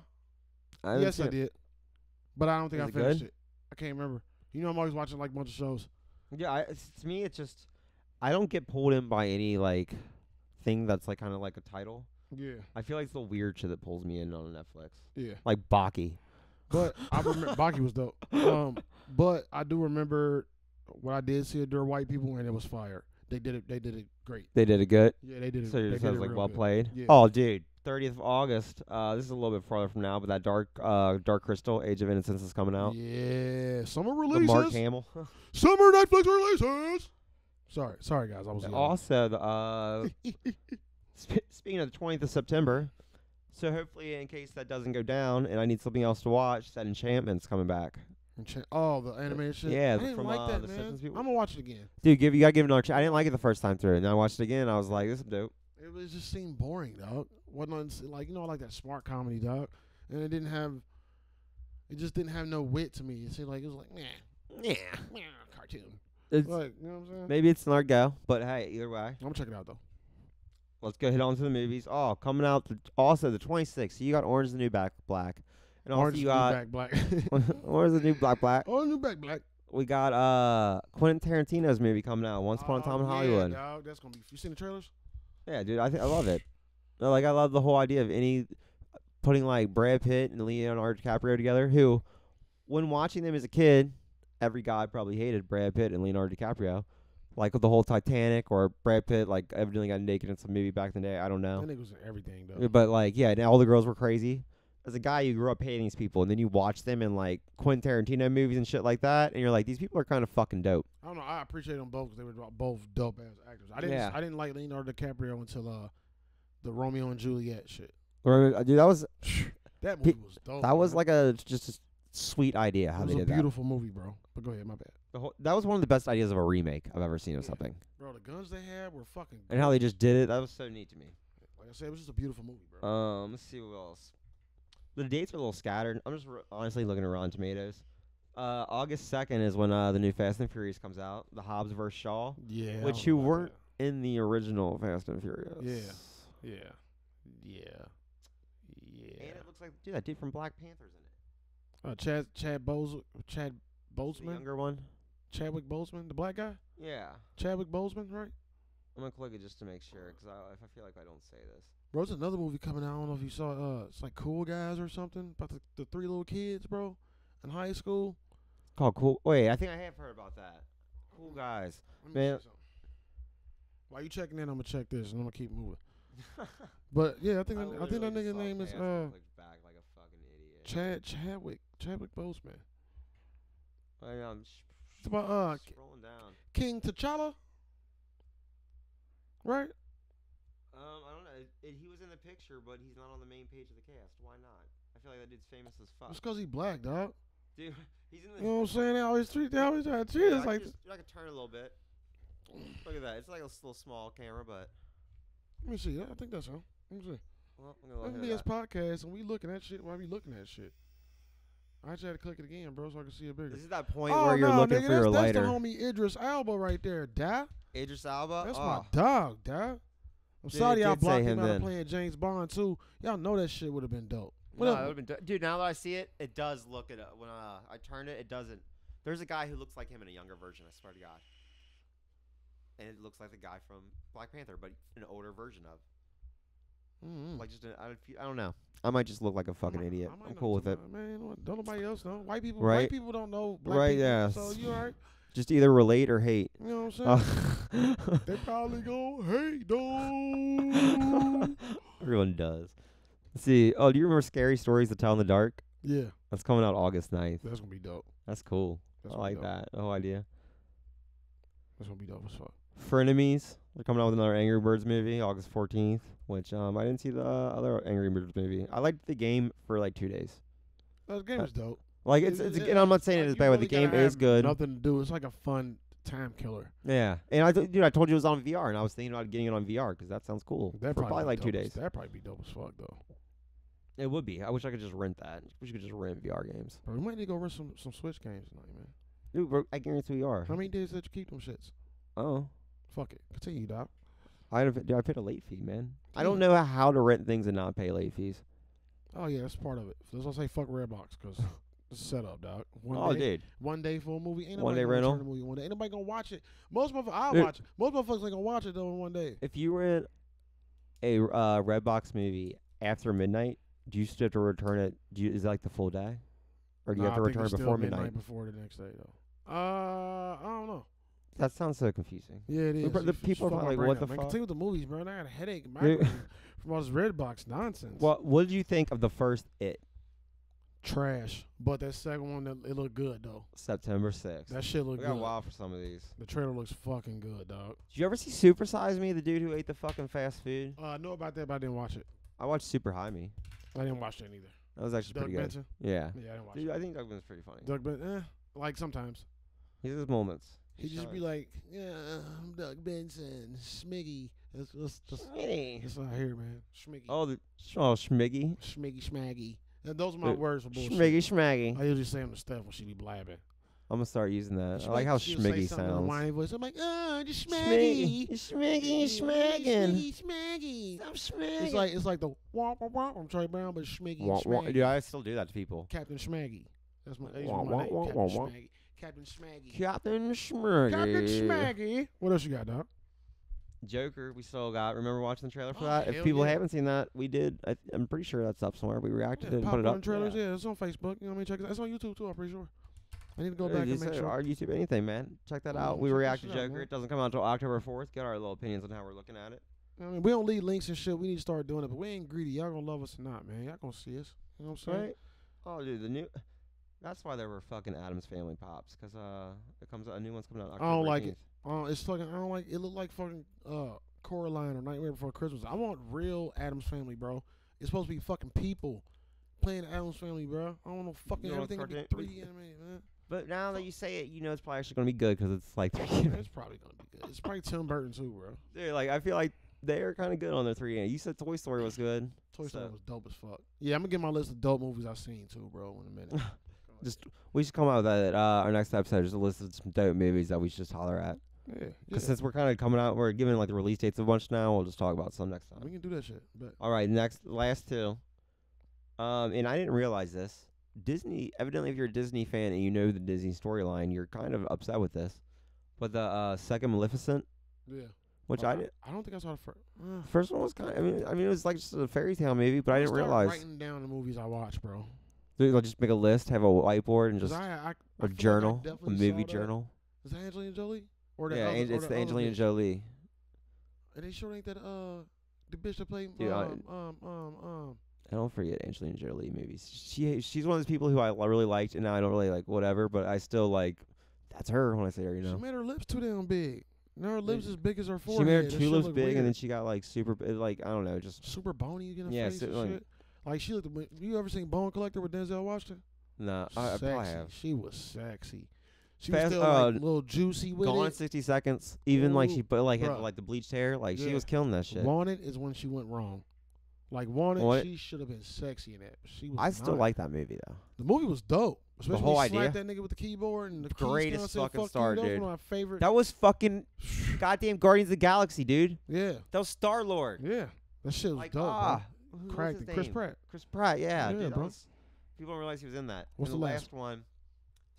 [SPEAKER 2] I, haven't
[SPEAKER 1] yes,
[SPEAKER 2] seen
[SPEAKER 1] I
[SPEAKER 2] it.
[SPEAKER 1] did, but I don't think
[SPEAKER 2] Is
[SPEAKER 1] I
[SPEAKER 2] it
[SPEAKER 1] finished
[SPEAKER 2] good?
[SPEAKER 1] it. I can't remember. You know, I'm always watching like a bunch of shows.
[SPEAKER 2] Yeah, I, it's, to me, it's just I don't get pulled in by any like thing that's like kind of like a title.
[SPEAKER 1] Yeah,
[SPEAKER 2] I feel like it's the weird shit that pulls me in on Netflix,
[SPEAKER 1] yeah.
[SPEAKER 2] like Baki.
[SPEAKER 1] But I remember Baki was dope. Um, but I do remember what I did see of Dear White People, and it was fire. They did it. They did it great.
[SPEAKER 2] They did it good.
[SPEAKER 1] Yeah, they did it.
[SPEAKER 2] So
[SPEAKER 1] they
[SPEAKER 2] it
[SPEAKER 1] did
[SPEAKER 2] sounds
[SPEAKER 1] it
[SPEAKER 2] like
[SPEAKER 1] real
[SPEAKER 2] well
[SPEAKER 1] good.
[SPEAKER 2] played.
[SPEAKER 1] Yeah.
[SPEAKER 2] Oh, dude. 30th of August. Uh, this is a little bit farther from now, but that dark, uh, dark crystal, Age of Innocence is coming out.
[SPEAKER 1] Yeah, summer
[SPEAKER 2] The Mark
[SPEAKER 1] releases.
[SPEAKER 2] Hamill.
[SPEAKER 1] Summer Netflix releases. Sorry, sorry guys, I was
[SPEAKER 2] And
[SPEAKER 1] yelling.
[SPEAKER 2] also, the, uh, sp- speaking of the 20th of September, so hopefully, in case that doesn't go down and I need something else to watch, that Enchantment's coming back.
[SPEAKER 1] And cha- Oh, the animated shit.
[SPEAKER 2] Yeah,
[SPEAKER 1] I
[SPEAKER 2] the-
[SPEAKER 1] didn't
[SPEAKER 2] from,
[SPEAKER 1] like
[SPEAKER 2] uh,
[SPEAKER 1] that,
[SPEAKER 2] the
[SPEAKER 1] man.
[SPEAKER 2] Simpsons people.
[SPEAKER 1] I'm gonna watch it again.
[SPEAKER 2] Dude, give you gotta give it another. Ch- I didn't like it the first time through, and I watched it again. I was like, "This is dope."
[SPEAKER 1] It was just seemed boring, dog. Wasn't on, like you know, I like that smart comedy, dog. and it didn't have, it just didn't have no wit to me. It seemed like it was like nah,
[SPEAKER 2] Yeah.
[SPEAKER 1] nah cartoon.
[SPEAKER 2] It's,
[SPEAKER 1] Like you know what I'm saying?
[SPEAKER 2] maybe it's not go, but hey, either way,
[SPEAKER 1] I'm gonna check it out though.
[SPEAKER 2] let's go head on to the movies. Oh, coming out the, also the 26th. You got Orange is the New Black Black, and also
[SPEAKER 1] Orange
[SPEAKER 2] you
[SPEAKER 1] is the
[SPEAKER 2] got
[SPEAKER 1] new black black.
[SPEAKER 2] Orange is the New Black Black.
[SPEAKER 1] Orange new black black.
[SPEAKER 2] We got uh Quentin Tarantino's movie coming out, Once Upon a
[SPEAKER 1] Oh,
[SPEAKER 2] Time in
[SPEAKER 1] yeah,
[SPEAKER 2] Hollywood.
[SPEAKER 1] dawg, that's gonna be. You seen the trailers?
[SPEAKER 2] Yeah, dude, I th- I love it. No, Like I love the whole idea of any putting like Brad Pitt and Leonardo DiCaprio together. Who, when watching them as a kid, every guy probably hated Brad Pitt and Leonardo DiCaprio. Like with the whole Titanic, or Brad Pitt like evidently got naked in some movie back in the day. I don't know,
[SPEAKER 1] That nigga was in everything though.
[SPEAKER 2] Yeah, but like yeah, and all the girls were crazy. As a guy, you grew up hating these people, and then you watch them in like Quentin Tarantino movies and shit like that, and you're like, these people are kind of fucking dope.
[SPEAKER 1] I don't know. I appreciate them both because they were do- both dope ass actors. I didn't.
[SPEAKER 2] Yeah.
[SPEAKER 1] I didn't like Leonardo DiCaprio until uh, the Romeo and Juliet shit.
[SPEAKER 2] Or uh, dude, that was
[SPEAKER 1] That
[SPEAKER 2] He-
[SPEAKER 1] movie was dope.
[SPEAKER 2] that was
[SPEAKER 1] man.
[SPEAKER 2] like a just a sweet idea
[SPEAKER 1] Oh,
[SPEAKER 2] how
[SPEAKER 1] it was
[SPEAKER 2] they
[SPEAKER 1] a
[SPEAKER 2] did that.
[SPEAKER 1] beautiful movie, bro. But go ahead, my bad.
[SPEAKER 2] The whole, that was one of the best ideas of a remake I've ever seen of
[SPEAKER 1] Yeah.
[SPEAKER 2] something,
[SPEAKER 1] Bro, the guns they had were fucking.
[SPEAKER 2] and how they just did it. That was so neat to me.
[SPEAKER 1] Like I said, it was just a beautiful movie, bro.
[SPEAKER 2] Um, let's see what else. The dates are a little scattered. I'm just r- honestly looking at Rotten Tomatoes. Uh, August second is when uh, the new Fast and Furious comes out, The Hobbs vs Shaw,
[SPEAKER 1] yeah. I
[SPEAKER 2] which
[SPEAKER 1] don't
[SPEAKER 2] you
[SPEAKER 1] know about
[SPEAKER 2] weren't in the original Fast and Furious.
[SPEAKER 1] that. Yeah. Yeah. Yeah.
[SPEAKER 2] And it looks like dude, that dude from Black Panther's in it.
[SPEAKER 1] Uh, Chad Chad Bos Chad
[SPEAKER 2] The
[SPEAKER 1] Bozeman
[SPEAKER 2] younger one.
[SPEAKER 1] Chadwick Bozeman the black guy
[SPEAKER 2] Yeah,
[SPEAKER 1] Chadwick Bozeman right?
[SPEAKER 2] I'm gonna click it just to make sure, cause I, if I feel like I don't say this.
[SPEAKER 1] Bro, it's another movie coming out. I don't know if you saw. Uh, it's like Cool Guys or something about the, the three little kids, bro, in high school.
[SPEAKER 2] Oh, cool. Wait, I think I have heard about that. Cool guys.
[SPEAKER 1] Let
[SPEAKER 2] Man.
[SPEAKER 1] see something. While you checking in, I'm gonna check this and I'm gonna keep moving. But yeah, I think that- I, think that nigga name is uh
[SPEAKER 2] Back like a fucking idiot.
[SPEAKER 1] Chad Chadwick Chadwick Boseman.
[SPEAKER 2] I know, I'm sh-
[SPEAKER 1] It's about uh K-
[SPEAKER 2] scrolling down.
[SPEAKER 1] King T'Challa, right?
[SPEAKER 2] Um, I don't know. It, he was in the picture, but he's not on the main page of the cast. Why not? I feel like that dude's famous as fuck.
[SPEAKER 1] It's cause he black, dog.
[SPEAKER 2] Dude, he's in the.
[SPEAKER 1] You know what I'm saying? They always treat they always try to
[SPEAKER 2] Yeah,
[SPEAKER 1] treat
[SPEAKER 2] I
[SPEAKER 1] us
[SPEAKER 2] can
[SPEAKER 1] Oh, like.
[SPEAKER 2] just- I can turn a little bit. Look at that. It's like a s- little small camera, but
[SPEAKER 1] Let me see. I think that's him. Let me see.
[SPEAKER 2] well, I'm gonna look at
[SPEAKER 1] FBS
[SPEAKER 2] that.
[SPEAKER 1] podcast, and we looking at shit. Why we looking at shit? I just had to click it again, bro, so I can see it bigger.
[SPEAKER 2] This is that point
[SPEAKER 1] oh
[SPEAKER 2] where you're
[SPEAKER 1] no,
[SPEAKER 2] looking
[SPEAKER 1] nigga,
[SPEAKER 2] for your
[SPEAKER 1] that's, that's
[SPEAKER 2] lighter.
[SPEAKER 1] the homie Idris Alba right there, da.
[SPEAKER 2] Idris Alba.
[SPEAKER 1] That's
[SPEAKER 2] oh,
[SPEAKER 1] my dog, da. I'm
[SPEAKER 2] Dude,
[SPEAKER 1] sorry
[SPEAKER 2] it
[SPEAKER 1] y'all
[SPEAKER 2] did say
[SPEAKER 1] blocked him
[SPEAKER 2] him
[SPEAKER 1] out of
[SPEAKER 2] then.
[SPEAKER 1] playing James Bond too. Y'all know that shit would have been dope. What
[SPEAKER 2] No,
[SPEAKER 1] up?
[SPEAKER 2] it would've been do- dude. Now that I see it, it does look it up. When uh, I turned it, it doesn't. There's a guy who looks like him in a younger version. I swear to God. And it looks like the guy from Black Panther, but an older version of.
[SPEAKER 1] Mm-hmm.
[SPEAKER 2] Like just an, I, don't fe- I don't know. I might just look like a fucking idiot. I'm cool with it.
[SPEAKER 1] Man, what- don't nobody else know. White people,
[SPEAKER 2] Right.
[SPEAKER 1] white people don't know. Black
[SPEAKER 2] Right,
[SPEAKER 1] people,
[SPEAKER 2] yeah.
[SPEAKER 1] So you alright?
[SPEAKER 2] Just either relate or hate.
[SPEAKER 1] You know what I'm saying? they
[SPEAKER 2] Uh,
[SPEAKER 1] probably go, hey, dog.
[SPEAKER 2] Everyone does. Let's see. Oh, do you remember Scary Stories to Tell in the Dark?
[SPEAKER 1] yeah,
[SPEAKER 2] That's coming out August 9th.
[SPEAKER 1] that's gonna be dope.
[SPEAKER 2] That's cool.
[SPEAKER 1] That's
[SPEAKER 2] I
[SPEAKER 1] gonna be
[SPEAKER 2] like
[SPEAKER 1] dope.
[SPEAKER 2] that. The whole idea.
[SPEAKER 1] That's gonna be dope as fuck.
[SPEAKER 2] Frenemies. They're coming out with another Angry Birds movie, August 14th, which um I didn't see the other Angry Birds movie. I liked the game for like two days.
[SPEAKER 1] That game
[SPEAKER 2] Uh,
[SPEAKER 1] is dope.
[SPEAKER 2] Like it's, it's and I'm not saying
[SPEAKER 1] Like,
[SPEAKER 2] it is
[SPEAKER 1] you
[SPEAKER 2] bad, but
[SPEAKER 1] really
[SPEAKER 2] the game
[SPEAKER 1] gotta have
[SPEAKER 2] is good.
[SPEAKER 1] Nothing to do. It's like a fun time killer.
[SPEAKER 2] Yeah, and I t- dude, I told you it was on VR, and I was thinking about getting it on VR because that sounds cool.
[SPEAKER 1] That
[SPEAKER 2] for probably
[SPEAKER 1] be
[SPEAKER 2] like two
[SPEAKER 1] dope as-
[SPEAKER 2] days.
[SPEAKER 1] That'd probably be dope as fuck though.
[SPEAKER 2] It would be. I wish I could just rent that. We could just rent VR games.
[SPEAKER 1] Bro, we might need to go rent some, some Switch games tonight, man.
[SPEAKER 2] Dude, bro, I guarantee we are.
[SPEAKER 1] How many days did you keep them shits?
[SPEAKER 2] Oh,
[SPEAKER 1] Fuck it. Continue, doc.
[SPEAKER 2] I don't- dude, I paid a late fee, man. I don't know how to rent things and not pay late fees.
[SPEAKER 1] Oh yeah, that's part of it. That's why I say fuck Redbox because it's set up, dog. One
[SPEAKER 2] Oh,
[SPEAKER 1] day,
[SPEAKER 2] dude,
[SPEAKER 1] one day for a movie. Ain't
[SPEAKER 2] One
[SPEAKER 1] nobody
[SPEAKER 2] day
[SPEAKER 1] gonna
[SPEAKER 2] rental.
[SPEAKER 1] return the Movie one day. Ain't nobody gonna watch it. Most motherfuckers, I'll
[SPEAKER 2] Dude.
[SPEAKER 1] watch it. Most motherfuckers ain't gonna watch it though in one day.
[SPEAKER 2] if you rent a uh, Redbox movie after midnight, do you still have to return it? Do you, is that like the full day, or do you
[SPEAKER 1] Nah,
[SPEAKER 2] have to
[SPEAKER 1] I think
[SPEAKER 2] return
[SPEAKER 1] it's
[SPEAKER 2] it
[SPEAKER 1] still
[SPEAKER 2] before
[SPEAKER 1] midnight.
[SPEAKER 2] midnight?
[SPEAKER 1] Before the next day though. Uh, I don't know.
[SPEAKER 2] That sounds so confusing.
[SPEAKER 1] Yeah, it is.
[SPEAKER 2] But the
[SPEAKER 1] You- you
[SPEAKER 2] people are
[SPEAKER 1] fucked my
[SPEAKER 2] probably like,
[SPEAKER 1] brain
[SPEAKER 2] what
[SPEAKER 1] up,
[SPEAKER 2] the
[SPEAKER 1] man.
[SPEAKER 2] fuck?
[SPEAKER 1] Continue with the movies, bro. I got a headache and
[SPEAKER 2] Dude.
[SPEAKER 1] migraine from all this Redbox nonsense.
[SPEAKER 2] Well, what did you think of the first It,
[SPEAKER 1] trash. But that second one, that it looked good though.
[SPEAKER 2] September sixth?
[SPEAKER 1] That shit
[SPEAKER 2] We
[SPEAKER 1] looked
[SPEAKER 2] got
[SPEAKER 1] good.
[SPEAKER 2] wild for some of these.
[SPEAKER 1] The trailer looks fucking good, dog.
[SPEAKER 2] Did you ever see Super Size Me, the dude who ate the fucking fast food?
[SPEAKER 1] Uh, I know about that, but I didn't watch it.
[SPEAKER 2] I watched Super High Me.
[SPEAKER 1] I didn't watch that either.
[SPEAKER 2] That was actually
[SPEAKER 1] Doug
[SPEAKER 2] pretty good.
[SPEAKER 1] Benson.
[SPEAKER 2] Yeah.
[SPEAKER 1] Yeah, I didn't watch
[SPEAKER 2] Dude,
[SPEAKER 1] it.
[SPEAKER 2] I think Doug Benson's pretty funny.
[SPEAKER 1] Doug Benson. Eh, like sometimes
[SPEAKER 2] He's his moments.
[SPEAKER 1] he just be like, "Yeah, I'm Doug Benson, Smiggy." That's, that's just
[SPEAKER 2] Hey.
[SPEAKER 1] that's out here, man. Schmiggy.
[SPEAKER 2] Oh, the, oh, Schmiggy.
[SPEAKER 1] Schmiggy Schmaggy. And those are my
[SPEAKER 2] Uh,
[SPEAKER 1] words for bullshit.
[SPEAKER 2] Schmiggy schmaggy.
[SPEAKER 1] I usually say them to Steph when she be blabbing.
[SPEAKER 2] I'm gonna start using that. I
[SPEAKER 1] She'll
[SPEAKER 2] like
[SPEAKER 1] make-
[SPEAKER 2] how
[SPEAKER 1] she'll say
[SPEAKER 2] schmiggy
[SPEAKER 1] something in a
[SPEAKER 2] sounds.
[SPEAKER 1] whiny voice. I'm like, oh, just
[SPEAKER 2] Schmiggy,
[SPEAKER 1] schmaggy.
[SPEAKER 2] schmiggy, schmaggin.
[SPEAKER 1] Schmiggy, schmaggy.
[SPEAKER 2] I'm
[SPEAKER 1] It's
[SPEAKER 2] schmaggin.
[SPEAKER 1] like it's like the womp womp womp from Trey Brown, but schmiggy, and
[SPEAKER 2] Wah, wah.
[SPEAKER 1] schmaggy.
[SPEAKER 2] Dude, I still do that to people.
[SPEAKER 1] Captain Schmaggy. That's my, that's
[SPEAKER 2] Wah,
[SPEAKER 1] my
[SPEAKER 2] wah,
[SPEAKER 1] name.
[SPEAKER 2] wah,
[SPEAKER 1] Captain
[SPEAKER 2] wah, wah.
[SPEAKER 1] Schmaggy. Captain Schmaggy.
[SPEAKER 2] Captain Schmiggy.
[SPEAKER 1] Captain Schmaggy. What else you got, dog?
[SPEAKER 2] Joker, we still got. Remember watching the trailer for
[SPEAKER 1] Oh,
[SPEAKER 2] that?
[SPEAKER 1] hell
[SPEAKER 2] If people
[SPEAKER 1] yeah.
[SPEAKER 2] haven't seen that, we did. I, I'm pretty sure that's up somewhere. We reacted to it and put
[SPEAKER 1] popcorn
[SPEAKER 2] it up.
[SPEAKER 1] trailers.
[SPEAKER 2] Yeah.
[SPEAKER 1] Yeah. it's on Facebook. You know what I mean? Check it out. It's on YouTube too. I'm pretty sure. I need to go
[SPEAKER 2] Yeah,
[SPEAKER 1] back and
[SPEAKER 2] just,
[SPEAKER 1] make
[SPEAKER 2] uh,
[SPEAKER 1] sure.
[SPEAKER 2] Our YouTube, anything, man. Check that
[SPEAKER 1] Yeah,
[SPEAKER 2] out. We
[SPEAKER 1] check that
[SPEAKER 2] react to
[SPEAKER 1] shit out,
[SPEAKER 2] Joker.
[SPEAKER 1] man.
[SPEAKER 2] It doesn't come out until October 4th. Get our little opinions on how we're looking at it.
[SPEAKER 1] I mean, we don't leave links and shit. We need to start doing it, but we ain't greedy. Y'all gonna love us or not, man. Y'all gonna see us. You know what I'm saying?
[SPEAKER 2] Right? Oh, dude, the new. That's why there were fucking Adams Family pops, cause uh, it comes out, a new one's coming out. October
[SPEAKER 1] don't like
[SPEAKER 2] 18th.
[SPEAKER 1] it. Uh, it's fucking. I don't like. It look like fucking uh Coraline or Nightmare Before Christmas. I want real Adams Family, bro. It's supposed to be fucking people playing Adams Family, bro. I don't know fucking
[SPEAKER 2] know
[SPEAKER 1] everything to
[SPEAKER 2] what
[SPEAKER 1] be
[SPEAKER 2] cartoon-
[SPEAKER 1] 3D animated, man.
[SPEAKER 2] But now that you say it, you know it's probably actually gonna be good, cause it's like three.
[SPEAKER 1] It's probably gonna be good. It's probably Tim Burton too, bro.
[SPEAKER 2] Dude, like I feel like they are kind of good on their three. You said Toy Story was good.
[SPEAKER 1] Toy Story
[SPEAKER 2] So-
[SPEAKER 1] was dope as fuck. Yeah, I'm gonna get my list of dope movies I've seen too, bro. In a minute.
[SPEAKER 2] Just we should come out with that. Uh, our next episode just a list of some dope movies that we should just holler at.
[SPEAKER 1] yeah, yeah.
[SPEAKER 2] Cause since we're kind of coming out, we're giving like the release dates a bunch now. We'll just talk about some next
[SPEAKER 1] we
[SPEAKER 2] time.
[SPEAKER 1] can do that shit. But
[SPEAKER 2] All right, next last two. Um, and I didn't realize this. Disney evidently, if you're a Disney fan and you know the Disney storyline, you're kind of upset with this. But the uh, second Maleficent,
[SPEAKER 1] yeah,
[SPEAKER 2] which
[SPEAKER 1] Like,
[SPEAKER 2] I did,
[SPEAKER 1] I don't think I saw the first. Uh,
[SPEAKER 2] first one was kind. Of, I mean, I mean, it was like just a fairy tale movie, but I didn't
[SPEAKER 1] started
[SPEAKER 2] realize.
[SPEAKER 1] Writing down the movies I watched, bro.
[SPEAKER 2] Dude, like, just make a list, have a whiteboard, and
[SPEAKER 1] 'Cause
[SPEAKER 2] just
[SPEAKER 1] I, I, I feel
[SPEAKER 2] a
[SPEAKER 1] like I
[SPEAKER 2] journal, a
[SPEAKER 1] definitely
[SPEAKER 2] movie
[SPEAKER 1] saw that.
[SPEAKER 2] journal.
[SPEAKER 1] Is that Angelina Jolie? Or
[SPEAKER 2] Yeah,
[SPEAKER 1] other-
[SPEAKER 2] Ang-
[SPEAKER 1] or
[SPEAKER 2] it's the
[SPEAKER 1] other
[SPEAKER 2] Angelina
[SPEAKER 1] bitch?
[SPEAKER 2] Jolie.
[SPEAKER 1] Are they sure ain't that uh the bitch that played
[SPEAKER 2] Dude, I-
[SPEAKER 1] um, um um um
[SPEAKER 2] I don't forget Angelina Jolie movies. She she's one of those people who I li- really liked, and now I don't really like whatever, but I still like. That's her when I say her, you know.
[SPEAKER 1] she made her lips too damn big. Now her lips as big as her
[SPEAKER 2] She
[SPEAKER 1] forehead.
[SPEAKER 2] made her
[SPEAKER 1] That
[SPEAKER 2] two
[SPEAKER 1] shit
[SPEAKER 2] lips
[SPEAKER 1] look
[SPEAKER 2] big, and then
[SPEAKER 1] weird.
[SPEAKER 2] she got like super, b- like I don't know, just
[SPEAKER 1] super bony you get
[SPEAKER 2] Yeah,
[SPEAKER 1] face
[SPEAKER 2] so,
[SPEAKER 1] and
[SPEAKER 2] like-
[SPEAKER 1] shit. Like she looked. You ever seen Bone Collector with Denzel Washington?
[SPEAKER 2] nah. I, I probably
[SPEAKER 1] sexy.
[SPEAKER 2] have.
[SPEAKER 1] She was sexy. She
[SPEAKER 2] Fast-
[SPEAKER 1] was still
[SPEAKER 2] uh,
[SPEAKER 1] like little juicy with
[SPEAKER 2] Gone
[SPEAKER 1] it.
[SPEAKER 2] sixty seconds. Even like
[SPEAKER 1] Ooh,
[SPEAKER 2] she, but like had
[SPEAKER 1] bruh.
[SPEAKER 2] like the bleached hair, like she
[SPEAKER 1] Yeah.
[SPEAKER 2] was killing that shit.
[SPEAKER 1] Wanted is when she went wrong. Like wanted,
[SPEAKER 2] Wanted-
[SPEAKER 1] she should have been sexy in that. She was.
[SPEAKER 2] I still
[SPEAKER 1] not.
[SPEAKER 2] like that movie though.
[SPEAKER 1] the movie was dope. Especially
[SPEAKER 2] whole
[SPEAKER 1] when he slapped
[SPEAKER 2] idea.
[SPEAKER 1] that nigga with the keyboard and the keys
[SPEAKER 2] Greatest
[SPEAKER 1] down, said, "Fuck
[SPEAKER 2] fucking
[SPEAKER 1] you."
[SPEAKER 2] star,
[SPEAKER 1] That was
[SPEAKER 2] dude.
[SPEAKER 1] one of my favorite.
[SPEAKER 2] That was fucking goddamn Guardians of the Galaxy, dude.
[SPEAKER 1] yeah,
[SPEAKER 2] That was Star Lord.
[SPEAKER 1] yeah. That shit was
[SPEAKER 2] Like
[SPEAKER 1] dope.
[SPEAKER 2] ah, who
[SPEAKER 1] bro.
[SPEAKER 2] was
[SPEAKER 1] Cracked
[SPEAKER 2] his
[SPEAKER 1] it. Chris
[SPEAKER 2] name?
[SPEAKER 1] Pratt.
[SPEAKER 2] Chris Pratt, yeah.
[SPEAKER 1] Yeah,
[SPEAKER 2] dude, that
[SPEAKER 1] bro.
[SPEAKER 2] was- people don't realize he was in that.
[SPEAKER 1] What's
[SPEAKER 2] and
[SPEAKER 1] the
[SPEAKER 2] the
[SPEAKER 1] last
[SPEAKER 2] last one?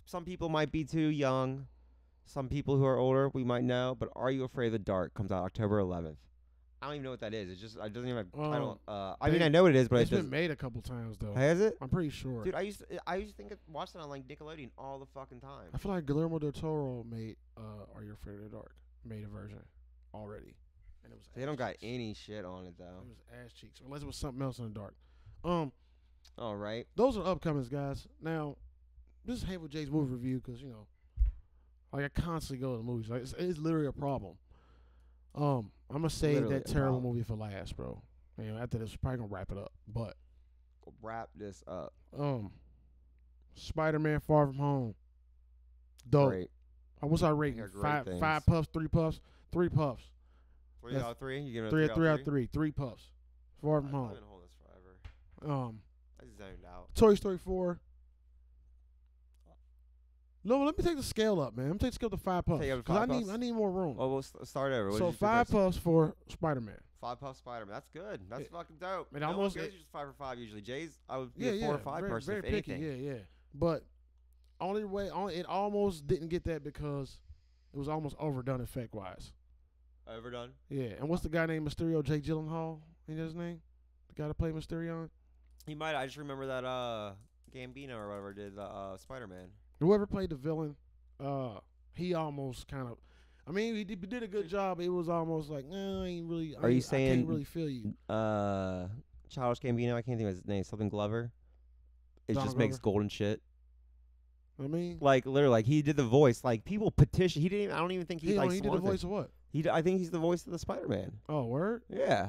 [SPEAKER 2] Some people might be too young. Some people who are older we might know, but Are You Afraid of the Dark comes out October 11th. I don't even know what that is. It's just it doesn't even have a title. Uh, I mean,
[SPEAKER 1] Oh. they-
[SPEAKER 2] I know what it is, but
[SPEAKER 1] It's
[SPEAKER 2] it
[SPEAKER 1] been
[SPEAKER 2] doesn't.
[SPEAKER 1] made a couple times though.
[SPEAKER 2] Has it?
[SPEAKER 1] I'm pretty sure.
[SPEAKER 2] Dude, I used to, I used to think of watching it on like Nickelodeon all the fucking time.
[SPEAKER 1] I feel like Guillermo del Toro made uh, "Are You Afraid of the Dark" made a version already, and it was.
[SPEAKER 2] They don't got
[SPEAKER 1] ass cheeks.
[SPEAKER 2] any shit on it though.
[SPEAKER 1] It was ass cheeks, unless it was something else in the dark. Um,
[SPEAKER 2] All right.
[SPEAKER 1] those are the upcomings, guys. Now, this is Hateful Jay's movie review because you know, like I constantly go to the movies. Like it's, it's literally a problem. Um, I'm gonna save
[SPEAKER 2] Literally
[SPEAKER 1] that
[SPEAKER 2] a
[SPEAKER 1] terrible
[SPEAKER 2] problem.
[SPEAKER 1] movie for last, bro. You know, after this, we're probably gonna wrap it up. But
[SPEAKER 2] Wrap this up.
[SPEAKER 1] um, Spider-Man: Far From Home, dope.
[SPEAKER 2] Great.
[SPEAKER 1] Uh, What's our rating?
[SPEAKER 2] hear great
[SPEAKER 1] Five,
[SPEAKER 2] things.
[SPEAKER 1] five puffs, three puffs, three puffs,
[SPEAKER 2] Three
[SPEAKER 1] That's-
[SPEAKER 2] out of three. You give it a
[SPEAKER 1] three,
[SPEAKER 2] three,
[SPEAKER 1] three out of three, three puffs. Far from
[SPEAKER 2] I,
[SPEAKER 1] home.
[SPEAKER 2] I've been holding this forever.
[SPEAKER 1] Um,
[SPEAKER 2] I zoned out.
[SPEAKER 1] Toy Story 4. No, well, let me take the scale up, man. Let me take the scale up to five puffs.
[SPEAKER 2] Take it up to
[SPEAKER 1] 'cause I
[SPEAKER 2] five
[SPEAKER 1] need
[SPEAKER 2] puffs?
[SPEAKER 1] I need more room.
[SPEAKER 2] Oh, we'll s- start over. What did
[SPEAKER 1] so
[SPEAKER 2] you do
[SPEAKER 1] five
[SPEAKER 2] first?
[SPEAKER 1] puffs for Spider Man.
[SPEAKER 2] Five Puff Spider Man. That's good. That's
[SPEAKER 1] It-
[SPEAKER 2] fucking dope.
[SPEAKER 1] it
[SPEAKER 2] no one
[SPEAKER 1] almost-
[SPEAKER 2] goes
[SPEAKER 1] it-
[SPEAKER 2] just five for five usually. Jay's I would be
[SPEAKER 1] Yeah,
[SPEAKER 2] a
[SPEAKER 1] yeah.
[SPEAKER 2] four or five
[SPEAKER 1] very,
[SPEAKER 2] person
[SPEAKER 1] very
[SPEAKER 2] if
[SPEAKER 1] picky.
[SPEAKER 2] anything.
[SPEAKER 1] Yeah, yeah. But only way only it almost didn't get that because it was almost overdone effect wise.
[SPEAKER 2] Overdone.
[SPEAKER 1] Yeah. And what's the guy named Mysterio? Jake Gyllenhaal. Ain't that his name? The guy that played Mysterio.
[SPEAKER 2] He might. I just remember that uh Gambino or whatever did the uh, Spider Man.
[SPEAKER 1] Whoever played the villain, uh, he almost kind of. I mean, he did, he did a good job. It was almost like, nah, I ain't really. I
[SPEAKER 2] Are you
[SPEAKER 1] ain't- I
[SPEAKER 2] saying
[SPEAKER 1] can't really feel you?
[SPEAKER 2] Uh, Childish Gambino. I can't think of his name. Something Glover. It
[SPEAKER 1] Donald
[SPEAKER 2] just makes golden shit.
[SPEAKER 1] I mean,
[SPEAKER 2] Like literally, like he did the voice. Like people petition. He didn't. Even, I don't even think he,
[SPEAKER 1] he,
[SPEAKER 2] like
[SPEAKER 1] he did the
[SPEAKER 2] swamped it.
[SPEAKER 1] voice of what?
[SPEAKER 2] He. d- I think he's the voice of the Spider Man.
[SPEAKER 1] Oh, word.
[SPEAKER 2] Yeah.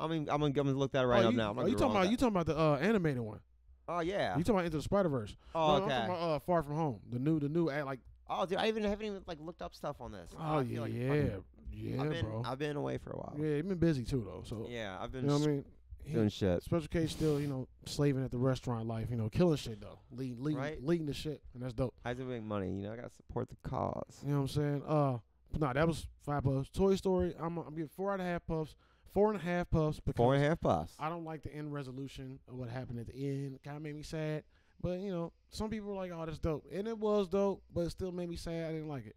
[SPEAKER 2] I mean, I'm gonna, I'm gonna look that right
[SPEAKER 1] oh,
[SPEAKER 2] up
[SPEAKER 1] you,
[SPEAKER 2] now. I'm
[SPEAKER 1] oh,
[SPEAKER 2] gonna
[SPEAKER 1] you
[SPEAKER 2] be
[SPEAKER 1] talking
[SPEAKER 2] wrong
[SPEAKER 1] about you
[SPEAKER 2] with
[SPEAKER 1] talking about the uh, animated one?
[SPEAKER 2] that. Oh yeah.
[SPEAKER 1] You talking about Into the Spider Verse?
[SPEAKER 2] Oh
[SPEAKER 1] no, I'm
[SPEAKER 2] okay.
[SPEAKER 1] talking about uh, Far From Home, the new the new ad, like.
[SPEAKER 2] Oh, dude, I even haven't even like looked up stuff on this.
[SPEAKER 1] Oh
[SPEAKER 2] I feel
[SPEAKER 1] yeah,
[SPEAKER 2] like a
[SPEAKER 1] yeah,
[SPEAKER 2] fucking-
[SPEAKER 1] yeah,
[SPEAKER 2] I've been
[SPEAKER 1] bro.
[SPEAKER 2] I've been away for a while.
[SPEAKER 1] yeah,
[SPEAKER 2] Yeah,
[SPEAKER 1] you've been busy too though, so
[SPEAKER 2] I've
[SPEAKER 1] you
[SPEAKER 2] been
[SPEAKER 1] know
[SPEAKER 2] s-
[SPEAKER 1] what I mean. he-
[SPEAKER 2] doing shit.
[SPEAKER 1] Special K still, you know, slaving at the restaurant life, you know, killing shit though, leading, leading,
[SPEAKER 2] Right.
[SPEAKER 1] leading the shit, and that's dope.
[SPEAKER 2] I have to make money. You know, I gotta support the cause.
[SPEAKER 1] You know what I'm saying? Uh, but nah, that was five puffs. Toy Story, I'm I'm giving four out of half puffs, four and a half puffs because
[SPEAKER 2] Four and a half puffs.
[SPEAKER 1] I don't like the end resolution of what happened at the end. Kind of made me sad, but you know, some people were like, "Oh, that's dope," and it was dope, but it still made me sad. I didn't like it.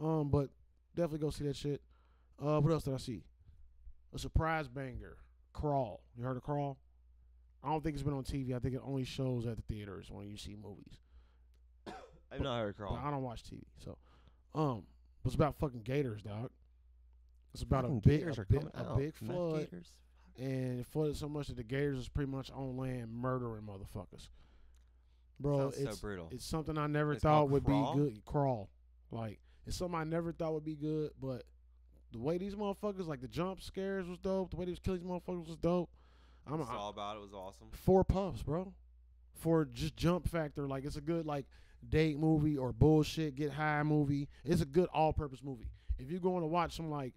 [SPEAKER 1] Um, but definitely go see that shit. Uh, what else did I see? A surprise banger, Crawl. You heard of Crawl? I don't think it's been on TV. I think it only shows at the theaters when you see movies.
[SPEAKER 2] I've not heard
[SPEAKER 1] But I don't watch TV, so um, it's about fucking gators, dog. It's about a big, a, big, a big flood and it flooded so much that the Gators is pretty much on land murdering motherfuckers. Bro,
[SPEAKER 4] Sounds
[SPEAKER 1] it's
[SPEAKER 4] so brutal.
[SPEAKER 1] it's something I never
[SPEAKER 4] It's
[SPEAKER 1] thought
[SPEAKER 4] called
[SPEAKER 1] would
[SPEAKER 4] crawl?
[SPEAKER 1] be good. Crawl, like it's something I never thought would be good, but the way these motherfuckers, like the jump scares was dope. The way they was killing these motherfuckers was dope. I'm
[SPEAKER 4] It's
[SPEAKER 1] I,
[SPEAKER 4] all about it. It was awesome.
[SPEAKER 1] four puffs, bro, for just jump factor. Like it's a good like date movie or bullshit get high movie. It's a good all-purpose movie. If you're going to watch some like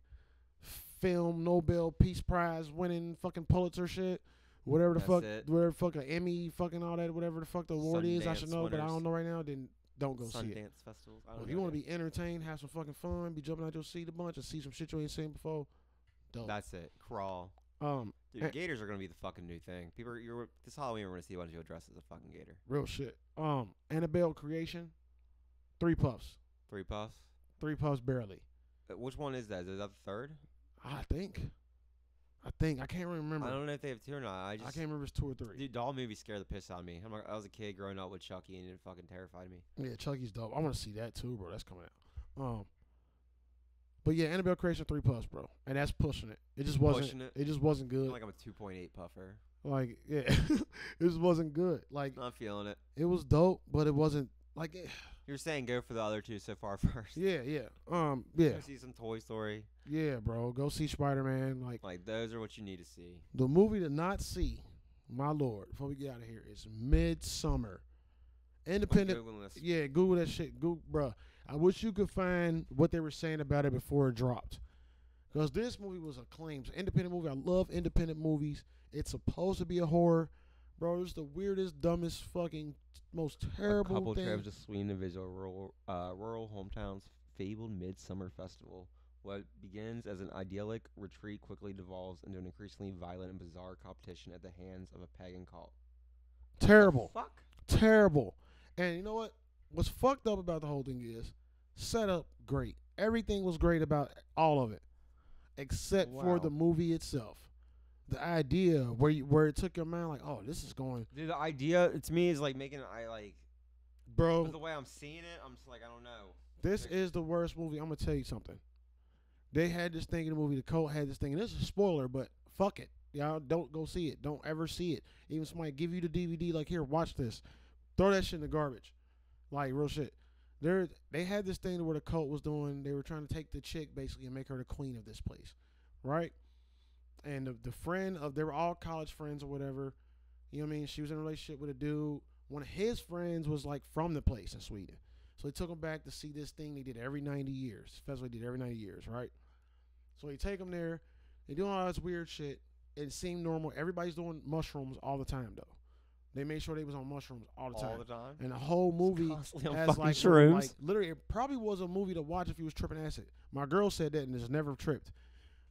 [SPEAKER 1] film Nobel Peace Prize winning fucking Pulitzer shit, whatever the
[SPEAKER 4] That's
[SPEAKER 1] fuck,
[SPEAKER 4] it.
[SPEAKER 1] whatever fucking Emmy, fucking all that, whatever the fuck the award is, I should
[SPEAKER 4] Sundance
[SPEAKER 1] know, but I
[SPEAKER 4] winners.
[SPEAKER 1] don't know right now. Then don't go see it.
[SPEAKER 4] Sundance festivals. I don't
[SPEAKER 1] Well, if
[SPEAKER 4] know,
[SPEAKER 1] you want
[SPEAKER 4] dude.
[SPEAKER 1] to be entertained, have some fucking fun, be jumping out your seat a bunch, and see some shit you ain't seen before, dope.
[SPEAKER 4] That's it. Crawl.
[SPEAKER 1] um, Eh.
[SPEAKER 4] Dude, gators are gonna be the fucking new thing. People, are, you're this Halloween we're gonna see a bunch of people dressed as a fucking gator.
[SPEAKER 1] real shit. Um, Annabelle creation, three puffs,
[SPEAKER 4] Three puffs.
[SPEAKER 1] three puffs barely.
[SPEAKER 4] Uh, Which one is that? Is that the third?
[SPEAKER 1] I think. I think. I can't remember.
[SPEAKER 4] I
[SPEAKER 1] I,
[SPEAKER 4] don't know if they have two or not. I just
[SPEAKER 1] can't remember if it's two or three.
[SPEAKER 4] Dude, doll movies scare the piss out of me. I'm like, I was a kid growing up with Chucky, and it fucking terrified me.
[SPEAKER 1] Yeah, Chucky's dope. I want to see that too, bro. That's coming out. Um, but yeah, Annabelle Creation three plus, bro, and that's pushing it. It just wasn't.
[SPEAKER 4] Pushing
[SPEAKER 1] it.
[SPEAKER 4] it.
[SPEAKER 1] just wasn't
[SPEAKER 4] I'm
[SPEAKER 1] good. Like,
[SPEAKER 4] like I'm a 2.8 puffer.
[SPEAKER 1] yeah, it just wasn't good. Like
[SPEAKER 4] Not feeling it.
[SPEAKER 1] it was dope, but it wasn't like eh,
[SPEAKER 4] You're saying go for the other two so far first.
[SPEAKER 1] yeah, yeah. Um, yeah,
[SPEAKER 4] Go see some Toy Story.
[SPEAKER 1] yeah, bro. Go see Spider Man. Like
[SPEAKER 4] Like those are what you need to see.
[SPEAKER 1] the movie to not see, my lord. Before we get out of here, is Midsummer.
[SPEAKER 4] I'm
[SPEAKER 1] Independent
[SPEAKER 4] Googling this.
[SPEAKER 1] Yeah, Google that shit. Google, bruh. I wish you could find what they were saying about it before it dropped. Because this movie was acclaimed. It's an independent movie. I love independent movies. It's supposed to be a horror. Bro, it's the weirdest, dumbest, fucking, most
[SPEAKER 2] a
[SPEAKER 1] terrible
[SPEAKER 2] couple
[SPEAKER 1] thing.
[SPEAKER 2] trips to Sweden to visit rural, uh, rural hometowns fabled midsummer festival. What begins as an idyllic retreat quickly devolves into an increasingly violent and bizarre competition at the hands of a pagan cult.
[SPEAKER 1] terrible.
[SPEAKER 4] Fuck.
[SPEAKER 1] Terrible. And you know what? What's fucked up about the whole thing is setup great. Everything was great about all of it, except for
[SPEAKER 2] Wow.
[SPEAKER 1] the movie itself. The idea where you, where it took your mind like, oh, this is going,
[SPEAKER 2] Dude, the idea to me is like making I like
[SPEAKER 1] bro.
[SPEAKER 4] But the way I'm seeing it, I'm just like I don't know.
[SPEAKER 1] This is the worst movie. I'm gonna tell you something. They had this thing in the movie. The cult had this thing, and this is a spoiler, but fuck it, y'all don't go see it. Don't ever see it. Even somebody give you the DVD, like here, watch this. Throw that shit in the garbage, like real shit. There, they had this thing where the cult was doing. They were trying to take the chick basically and make her the queen of this place, right? And the, the friend of they were all college friends or whatever. You know what I mean? She was in a relationship with a dude. One of his friends was like from the place in Sweden. So he took him back to see this thing they did every 90 years. Festival they did every 90 years, right? So he take him there. They doing all this weird shit. It seemed normal. Everybody's doing mushrooms all the time, though. They made sure they was on mushrooms all the
[SPEAKER 4] All
[SPEAKER 1] time.
[SPEAKER 4] the time.
[SPEAKER 1] and the whole movie
[SPEAKER 2] constantly on
[SPEAKER 1] has
[SPEAKER 2] fucking
[SPEAKER 1] like,
[SPEAKER 2] shrooms.
[SPEAKER 1] like literally, it probably was a movie to watch if you was tripping acid. My girl said that and has never tripped,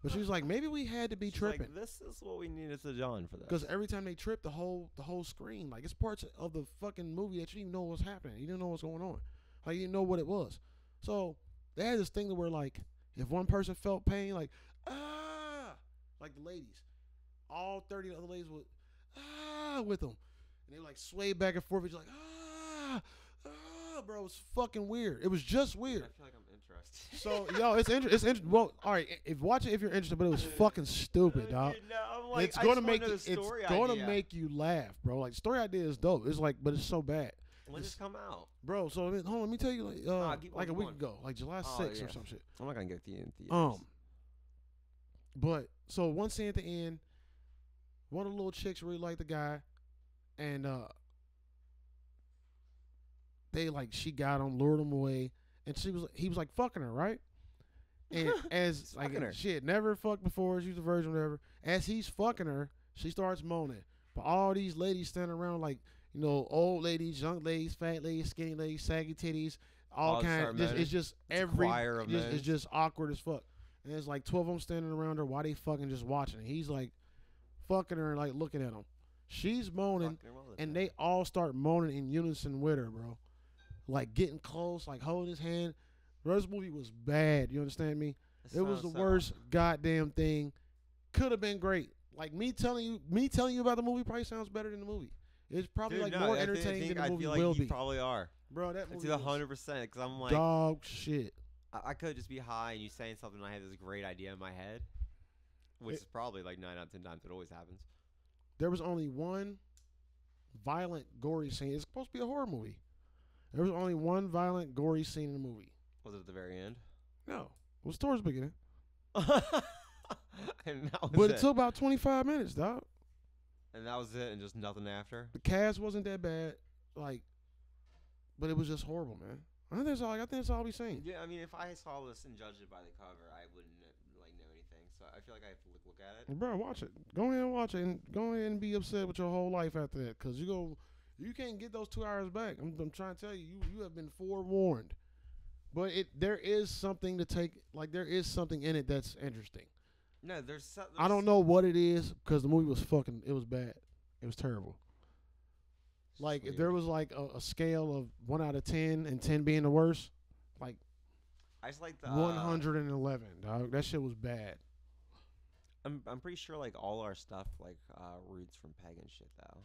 [SPEAKER 1] but she was like, maybe we had to be
[SPEAKER 4] She's
[SPEAKER 1] tripping
[SPEAKER 4] Like, this is what we need.
[SPEAKER 2] needed to John for that.
[SPEAKER 1] because every time they trip, the whole the whole screen like it's parts of the fucking movie that you didn't even know what's happening. You didn't know what's going on. Like you didn't know what it was. So they had this thing that where like if one person felt pain, like ah, like the ladies, all thirty other ladies would ah with them, and they would, like sway back and forth. It's like ah, ah, bro, it was fucking weird. It was just
[SPEAKER 4] I
[SPEAKER 1] weird.
[SPEAKER 4] feel like I'm interested.
[SPEAKER 1] So yo, it's inter- it's inter- well, all right. If watch it if you're interested, but it was fucking stupid, dog
[SPEAKER 4] Dude, no, I'm like,
[SPEAKER 1] it's
[SPEAKER 4] I
[SPEAKER 1] gonna
[SPEAKER 4] just wanna
[SPEAKER 1] make
[SPEAKER 4] know
[SPEAKER 1] you, it's
[SPEAKER 4] the story
[SPEAKER 1] gonna
[SPEAKER 4] idea.
[SPEAKER 1] make you laugh, bro. Like story idea is dope. It's like, but it's so bad,
[SPEAKER 4] When does it come out?
[SPEAKER 1] bro. So I mean, hold on, let me tell you, like, uh,
[SPEAKER 4] Nah, keep on,
[SPEAKER 1] like a
[SPEAKER 4] keep
[SPEAKER 1] week
[SPEAKER 4] on.
[SPEAKER 1] ago, like July
[SPEAKER 4] Oh,
[SPEAKER 1] 6th or
[SPEAKER 4] yeah.
[SPEAKER 1] some shit.
[SPEAKER 2] I'm not gonna get the in theaters.
[SPEAKER 1] Um, but so one scene at the end, one of the little chicks really liked the guy, and uh, they like she got him, lured him away, and she was he was like fucking her, right? And as like
[SPEAKER 2] fucking her.
[SPEAKER 1] she had never fucked before, she was a virgin, whatever. As he's fucking her, She starts moaning. But all these ladies standing around like, you know, old ladies, young ladies, fat ladies, skinny ladies, saggy titties, all,
[SPEAKER 2] All
[SPEAKER 1] kind.
[SPEAKER 2] start
[SPEAKER 1] Just,
[SPEAKER 2] moaning.
[SPEAKER 1] it's just
[SPEAKER 2] a
[SPEAKER 1] every.
[SPEAKER 2] choir of
[SPEAKER 1] just-
[SPEAKER 2] men.
[SPEAKER 1] it's just awkward as fuck. And it's like twelve of them standing around her. Why they fucking just watching? He's like, fucking her and like looking at him. She's moaning
[SPEAKER 2] Fucking irrelevant.
[SPEAKER 1] and they all start moaning in unison with her, bro. Like getting close, like holding his hand. Bro, this movie was bad. You understand me?
[SPEAKER 2] That
[SPEAKER 1] It was
[SPEAKER 2] sounds
[SPEAKER 1] the
[SPEAKER 2] so
[SPEAKER 1] worst goddamn thing. Could have been great. Like me telling you, me telling you about the movie probably sounds better than the movie. It's probably
[SPEAKER 2] Dude,
[SPEAKER 1] like
[SPEAKER 2] no,
[SPEAKER 1] more
[SPEAKER 2] I thi- I
[SPEAKER 1] entertaining
[SPEAKER 2] think-
[SPEAKER 1] than the movie
[SPEAKER 2] I feel like
[SPEAKER 1] will
[SPEAKER 2] you
[SPEAKER 1] be.
[SPEAKER 2] probably are.
[SPEAKER 1] bro, that
[SPEAKER 2] It's
[SPEAKER 1] movie
[SPEAKER 2] a
[SPEAKER 1] was
[SPEAKER 2] hundred percent because I'm like,
[SPEAKER 1] dog shit.
[SPEAKER 2] I, I could just be high and you saying something. and I had this great idea in my head, which
[SPEAKER 1] It-
[SPEAKER 2] is probably like nine out of ten times it always happens.
[SPEAKER 1] There was only one violent, gory scene. It's supposed to be a horror movie. There was only one violent, gory scene in the movie.
[SPEAKER 2] Was it at the very end?
[SPEAKER 1] No, it was towards the beginning.
[SPEAKER 2] and that was
[SPEAKER 1] But
[SPEAKER 2] it.
[SPEAKER 1] it took about 25 minutes, dog.
[SPEAKER 2] and that was it, and just nothing after.
[SPEAKER 1] The cast wasn't that bad, like, but it was just horrible, man. I think that's all. I think that's all we seen.
[SPEAKER 2] Yeah, I mean, if I saw this and judged it by the cover, I wouldn't uh, like know anything. So I feel like I have to look, look at it.
[SPEAKER 1] Bro, watch it. Go ahead and watch it, and go ahead and be upset with your whole life after that, cause you go, you can't get those two hours back. I'm, I'm trying to tell you, you you have been forewarned. But it there is something to take, like there is something in it that's interesting.
[SPEAKER 2] No, there's. So, there's
[SPEAKER 1] I don't know what it is, cause the movie was fucking. It was bad. It was terrible. Like if there was like a, a scale of one out of ten and ten being the worst, like
[SPEAKER 2] I just like the uh,
[SPEAKER 1] one hundred and eleven, dog. That shit was bad.
[SPEAKER 2] I'm I'm pretty sure like all our stuff like uh roots from pagan shit though.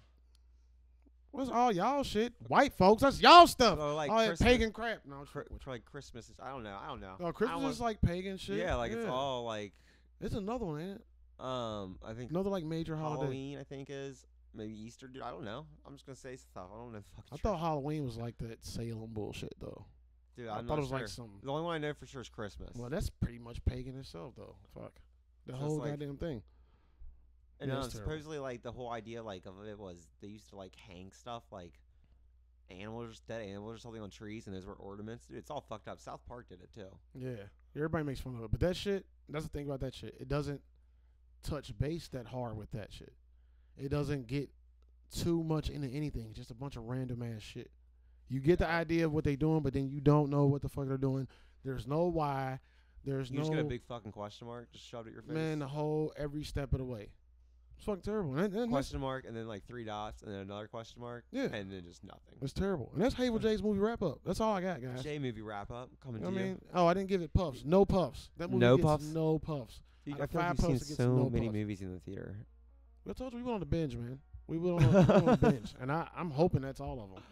[SPEAKER 1] What's all y'all shit? White folks, that's y'all stuff.
[SPEAKER 2] Or like
[SPEAKER 1] all that
[SPEAKER 2] Christmas,
[SPEAKER 1] Oh, pagan crap. No, I'm just
[SPEAKER 2] Cri-
[SPEAKER 1] fucking with
[SPEAKER 2] like Christmas. Is, I don't know. I don't know.
[SPEAKER 1] you. no,
[SPEAKER 2] I
[SPEAKER 1] Christmas
[SPEAKER 2] don't
[SPEAKER 1] is like pagan shit.
[SPEAKER 2] Yeah, like it's all like
[SPEAKER 1] It's another one, ain't it?
[SPEAKER 2] um. I think
[SPEAKER 1] Another like major holiday.
[SPEAKER 2] Halloween. I think is maybe Easter. Dude, I don't know. I'm just gonna say stuff. I don't know. Fuck
[SPEAKER 1] I thought Halloween was like that Salem bullshit though.
[SPEAKER 2] Dude,
[SPEAKER 1] I
[SPEAKER 2] I'm
[SPEAKER 1] thought
[SPEAKER 2] not
[SPEAKER 1] it was
[SPEAKER 2] sure.
[SPEAKER 1] like some.
[SPEAKER 2] The only one I know for sure is Christmas.
[SPEAKER 1] Well, that's pretty much pagan itself though. Fuck, the
[SPEAKER 2] So it's
[SPEAKER 1] whole
[SPEAKER 2] like-
[SPEAKER 1] goddamn thing.
[SPEAKER 2] And
[SPEAKER 1] Yeah,
[SPEAKER 2] um,
[SPEAKER 1] it's terrible.
[SPEAKER 2] supposedly, like the whole idea, like of it was they used to like hang stuff, like animals, dead animals or something on trees, and those were ornaments. Dude, it's all fucked up. South Park did it too.
[SPEAKER 1] Yeah, everybody makes fun of it, but that shit. That's the thing about that shit. It doesn't touch base that hard with that shit. It doesn't get too much into anything. It's just a bunch of random ass shit. You get the idea of what they doing, but then you don't know what the fuck they're doing. There's no why. There's
[SPEAKER 2] You
[SPEAKER 1] no
[SPEAKER 2] just get a big fucking question mark just shoved at your face.
[SPEAKER 1] man. The whole every step of the way. It's fucking terrible. And, and that's,
[SPEAKER 2] question mark, and then like three dots, and then another question mark,
[SPEAKER 1] yeah,
[SPEAKER 2] and then just nothing.
[SPEAKER 1] it's terrible. And that's Havel J's movie wrap up. That's all I got, guys.
[SPEAKER 2] J movie wrap up
[SPEAKER 1] You
[SPEAKER 2] coming
[SPEAKER 1] know
[SPEAKER 2] to
[SPEAKER 1] what I
[SPEAKER 2] you.
[SPEAKER 1] mean, oh, I didn't give it puffs. No puffs. That movie
[SPEAKER 6] No
[SPEAKER 1] gets
[SPEAKER 6] puffs?
[SPEAKER 1] No puffs.
[SPEAKER 2] Dude,
[SPEAKER 1] Out
[SPEAKER 2] I
[SPEAKER 1] of
[SPEAKER 2] feel
[SPEAKER 1] five
[SPEAKER 2] like you've
[SPEAKER 1] posts, it
[SPEAKER 2] seen
[SPEAKER 1] gets
[SPEAKER 2] so
[SPEAKER 1] no
[SPEAKER 2] many
[SPEAKER 1] puffs.
[SPEAKER 2] movies in the theater.
[SPEAKER 1] I told you we went on a binge, man. We went on, we went on a binge, and I, I'm hoping that's all of them.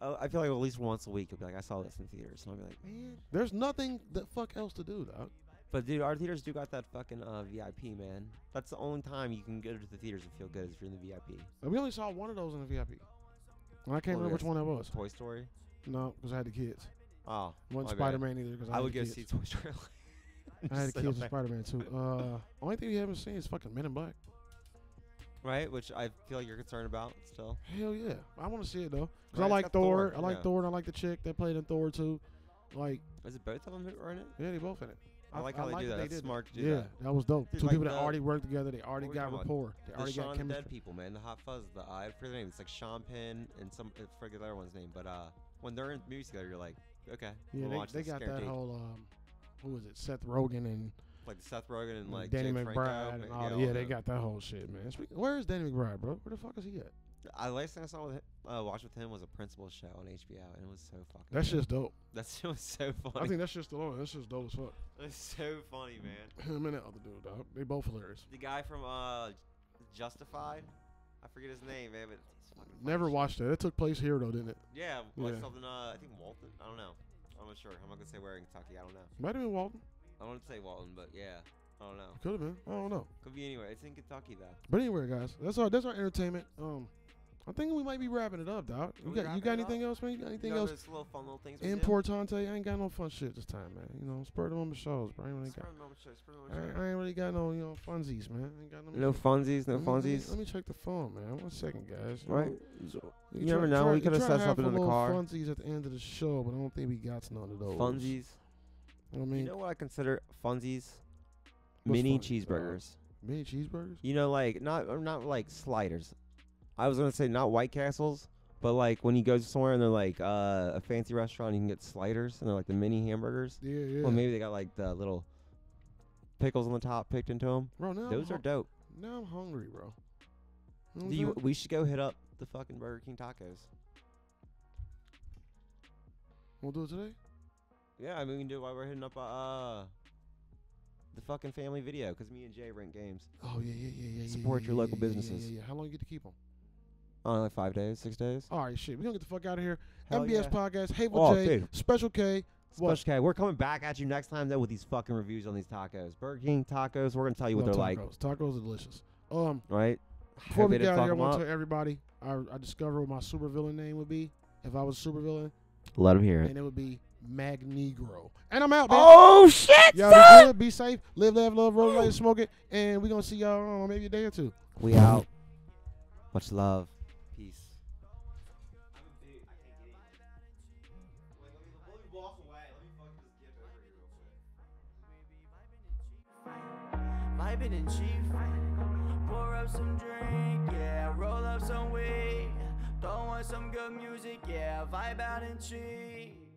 [SPEAKER 2] Oh, I feel like at least once a week, you'll be like, I saw this in theaters, and I'll be like, man.
[SPEAKER 1] There's nothing the fuck else to do, dog.
[SPEAKER 2] But dude, our theaters do got that fucking uh, VIP, man. That's the only time you can go to the theaters and feel good is if you're in the VIP.
[SPEAKER 1] And we only saw one of those in the VIP. And I can't
[SPEAKER 2] Well,
[SPEAKER 1] remember which
[SPEAKER 2] Oh,
[SPEAKER 1] one
[SPEAKER 2] yes.
[SPEAKER 1] that was.
[SPEAKER 2] Toy Story.
[SPEAKER 1] No, because I had the kids.
[SPEAKER 2] Oh,
[SPEAKER 1] Wasn't
[SPEAKER 2] my bad.
[SPEAKER 1] Spider Man either. Because I,
[SPEAKER 2] I
[SPEAKER 1] had
[SPEAKER 2] would
[SPEAKER 1] the
[SPEAKER 2] go
[SPEAKER 1] kids.
[SPEAKER 2] see Toy Story.
[SPEAKER 1] I had the
[SPEAKER 2] So
[SPEAKER 1] kids with
[SPEAKER 2] bad.
[SPEAKER 1] Spider Man too. Uh, only thing we haven't seen is fucking Men in Black.
[SPEAKER 2] right? Which I feel like you're concerned about still.
[SPEAKER 1] Hell yeah, I want to see it though. Cause
[SPEAKER 2] Right,
[SPEAKER 1] I
[SPEAKER 2] it's
[SPEAKER 1] like
[SPEAKER 2] got
[SPEAKER 1] Thor.
[SPEAKER 2] Thor,
[SPEAKER 1] I like
[SPEAKER 2] yeah.
[SPEAKER 1] Thor. and I like the chick that played in Thor too. Like,
[SPEAKER 2] Is it both of them who are in it?
[SPEAKER 1] yeah, they both in it.
[SPEAKER 2] I like how they do that. That's smart to do
[SPEAKER 1] yeah,
[SPEAKER 2] that.
[SPEAKER 1] was dope.
[SPEAKER 2] Dude,
[SPEAKER 1] Two
[SPEAKER 2] like
[SPEAKER 1] people that
[SPEAKER 2] the-
[SPEAKER 1] already worked together. They already
[SPEAKER 2] what we
[SPEAKER 1] got
[SPEAKER 2] talking about?
[SPEAKER 1] rapport. They
[SPEAKER 2] The
[SPEAKER 1] already got
[SPEAKER 2] Shaun of the Dead
[SPEAKER 1] chemistry.
[SPEAKER 2] people, man. The Hot Fuzz, the uh, I forget their name. It's like Sean Penn and some I forget the other one's name. But uh, when they're in movies together, you're like, okay,
[SPEAKER 1] Yeah,
[SPEAKER 2] we'll
[SPEAKER 1] they,
[SPEAKER 2] watch
[SPEAKER 1] they
[SPEAKER 2] this
[SPEAKER 1] got that
[SPEAKER 2] guaranteed.
[SPEAKER 1] whole um, who was it? Seth Rogen and
[SPEAKER 2] like Seth Rogen and like
[SPEAKER 1] Danny
[SPEAKER 2] James
[SPEAKER 1] McBride
[SPEAKER 2] Franco,
[SPEAKER 1] and
[SPEAKER 2] ma-
[SPEAKER 1] all.
[SPEAKER 2] yeah,
[SPEAKER 1] Yeah,
[SPEAKER 2] all
[SPEAKER 1] they
[SPEAKER 2] them.
[SPEAKER 1] got that whole shit, man. Speak- Where is Danny McBride, bro? Where the fuck is he at?
[SPEAKER 2] I last thing I saw with him, uh, watch with him was a principal show on HBO, and it was so fucking.
[SPEAKER 1] That
[SPEAKER 2] good.
[SPEAKER 1] shit's dope.
[SPEAKER 2] That shit was so
[SPEAKER 1] I
[SPEAKER 2] funny.
[SPEAKER 1] think that shit's still on. That shit's dope as fuck.
[SPEAKER 2] It's so funny, man.
[SPEAKER 1] Him and that other dude, dog. They both hilarious.
[SPEAKER 2] The guy from uh, Justified, I forget his name, man, but it's fucking funny
[SPEAKER 1] Never
[SPEAKER 2] shit.
[SPEAKER 1] watched that. It took place here though, didn't it?
[SPEAKER 2] Yeah, like
[SPEAKER 1] Yeah.
[SPEAKER 2] something. Uh, I think Walton. I don't know. I'm not sure. I'm not gonna say where in Kentucky. I don't know.
[SPEAKER 1] Might have been Walton.
[SPEAKER 2] I don't want to say Walton, but yeah, I don't know.
[SPEAKER 1] Could have been. I don't know.
[SPEAKER 2] Could be anywhere. It's in Kentucky though.
[SPEAKER 1] But anyway, guys, that's our that's our entertainment. Um, I think we might be wrapping it up, dog. You
[SPEAKER 2] we
[SPEAKER 1] got you
[SPEAKER 2] wrapping
[SPEAKER 1] got
[SPEAKER 2] it up?
[SPEAKER 1] anything else, man? You got anything
[SPEAKER 2] you know,
[SPEAKER 1] else?
[SPEAKER 2] There's little fun little things. we
[SPEAKER 1] In
[SPEAKER 2] do.
[SPEAKER 1] Portante, I ain't got no fun shit this time, man. You know, spur them on the shows, bro. I ain't really
[SPEAKER 2] Spur
[SPEAKER 1] got,
[SPEAKER 2] 'em on, sure, spur 'em on,
[SPEAKER 1] I, ain't-
[SPEAKER 2] sure.
[SPEAKER 1] I ain't really got no, you know, funsies, man. I ain't got no.
[SPEAKER 6] No funsies, no
[SPEAKER 1] Let me- let me-
[SPEAKER 6] funsies.
[SPEAKER 1] Let me check the phone, man. One second, guys. You
[SPEAKER 6] Right?
[SPEAKER 1] know,
[SPEAKER 6] You never know, we coulda
[SPEAKER 1] try
[SPEAKER 6] said
[SPEAKER 1] to have
[SPEAKER 6] something
[SPEAKER 1] a
[SPEAKER 6] in the
[SPEAKER 1] little
[SPEAKER 6] car.
[SPEAKER 1] Funsies at the end of the show, but I don't think we got none of those.
[SPEAKER 6] Funsies.
[SPEAKER 1] You know what I mean,
[SPEAKER 6] You know what I consider funsies?
[SPEAKER 1] What's
[SPEAKER 6] Mini
[SPEAKER 1] funsies, dog?
[SPEAKER 6] cheeseburgers.
[SPEAKER 1] Mini cheeseburgers?
[SPEAKER 2] You know, like not or not like sliders. I was gonna say not White Castles, but like when you go somewhere and they're like uh, a fancy restaurant, you can get sliders and they're like the mini hamburgers.
[SPEAKER 1] Yeah, yeah.
[SPEAKER 2] Well, maybe they got like the little pickles on the top picked into them.
[SPEAKER 1] bro, now
[SPEAKER 2] Those
[SPEAKER 1] I'm
[SPEAKER 2] are dope.
[SPEAKER 1] hu- now I'm hungry, bro. You know what
[SPEAKER 2] Do
[SPEAKER 1] I'm
[SPEAKER 2] you,
[SPEAKER 1] saying?
[SPEAKER 2] we should go hit up the fucking Burger King tacos.
[SPEAKER 1] We'll do it today.
[SPEAKER 2] Yeah, I mean we can do it while we're hitting up uh the fucking family video because me and Jay rent games.
[SPEAKER 1] Oh yeah, yeah, yeah, yeah, yeah.
[SPEAKER 2] Support
[SPEAKER 1] yeah,
[SPEAKER 2] your
[SPEAKER 1] yeah,
[SPEAKER 2] local
[SPEAKER 1] yeah, yeah, yeah,
[SPEAKER 2] businesses.
[SPEAKER 1] Yeah, yeah. How long you get to keep them?
[SPEAKER 2] On like five days, six days.
[SPEAKER 1] All right, shit. We gonna get the fuck out of here.
[SPEAKER 2] Hell
[SPEAKER 1] MBS
[SPEAKER 2] yeah.
[SPEAKER 1] podcast. Hey, with
[SPEAKER 2] Oh,
[SPEAKER 1] J.
[SPEAKER 2] dude.
[SPEAKER 1] Special K. What?
[SPEAKER 2] Special K, we're coming back at you next time though with these fucking reviews on these tacos. Burger King tacos, we're gonna tell you what
[SPEAKER 1] No,
[SPEAKER 2] they're like,
[SPEAKER 1] tacos. Tacos are delicious. Um,
[SPEAKER 2] right?
[SPEAKER 1] before
[SPEAKER 2] Hope
[SPEAKER 1] we
[SPEAKER 2] they
[SPEAKER 1] get
[SPEAKER 2] didn't
[SPEAKER 1] out of here, I
[SPEAKER 2] fuck 'em
[SPEAKER 1] want
[SPEAKER 2] up.
[SPEAKER 1] to tell everybody I, I discovered what my supervillain name would be if I was a supervillain,
[SPEAKER 2] Let them hear it.
[SPEAKER 1] and it would be Mag Negro. And I'm out, man.
[SPEAKER 3] Oh shit,
[SPEAKER 1] Y'all
[SPEAKER 3] son!
[SPEAKER 1] be good, be safe, live, laugh, love, roll, light, and smoke it, and we gonna see y'all I don't know, maybe a day or two.
[SPEAKER 2] We out. Much love. Peace.
[SPEAKER 5] Vibing in chief. Pour up some drink, yeah. Roll up some weed. Throw on some good music, yeah. Vibe out in chief.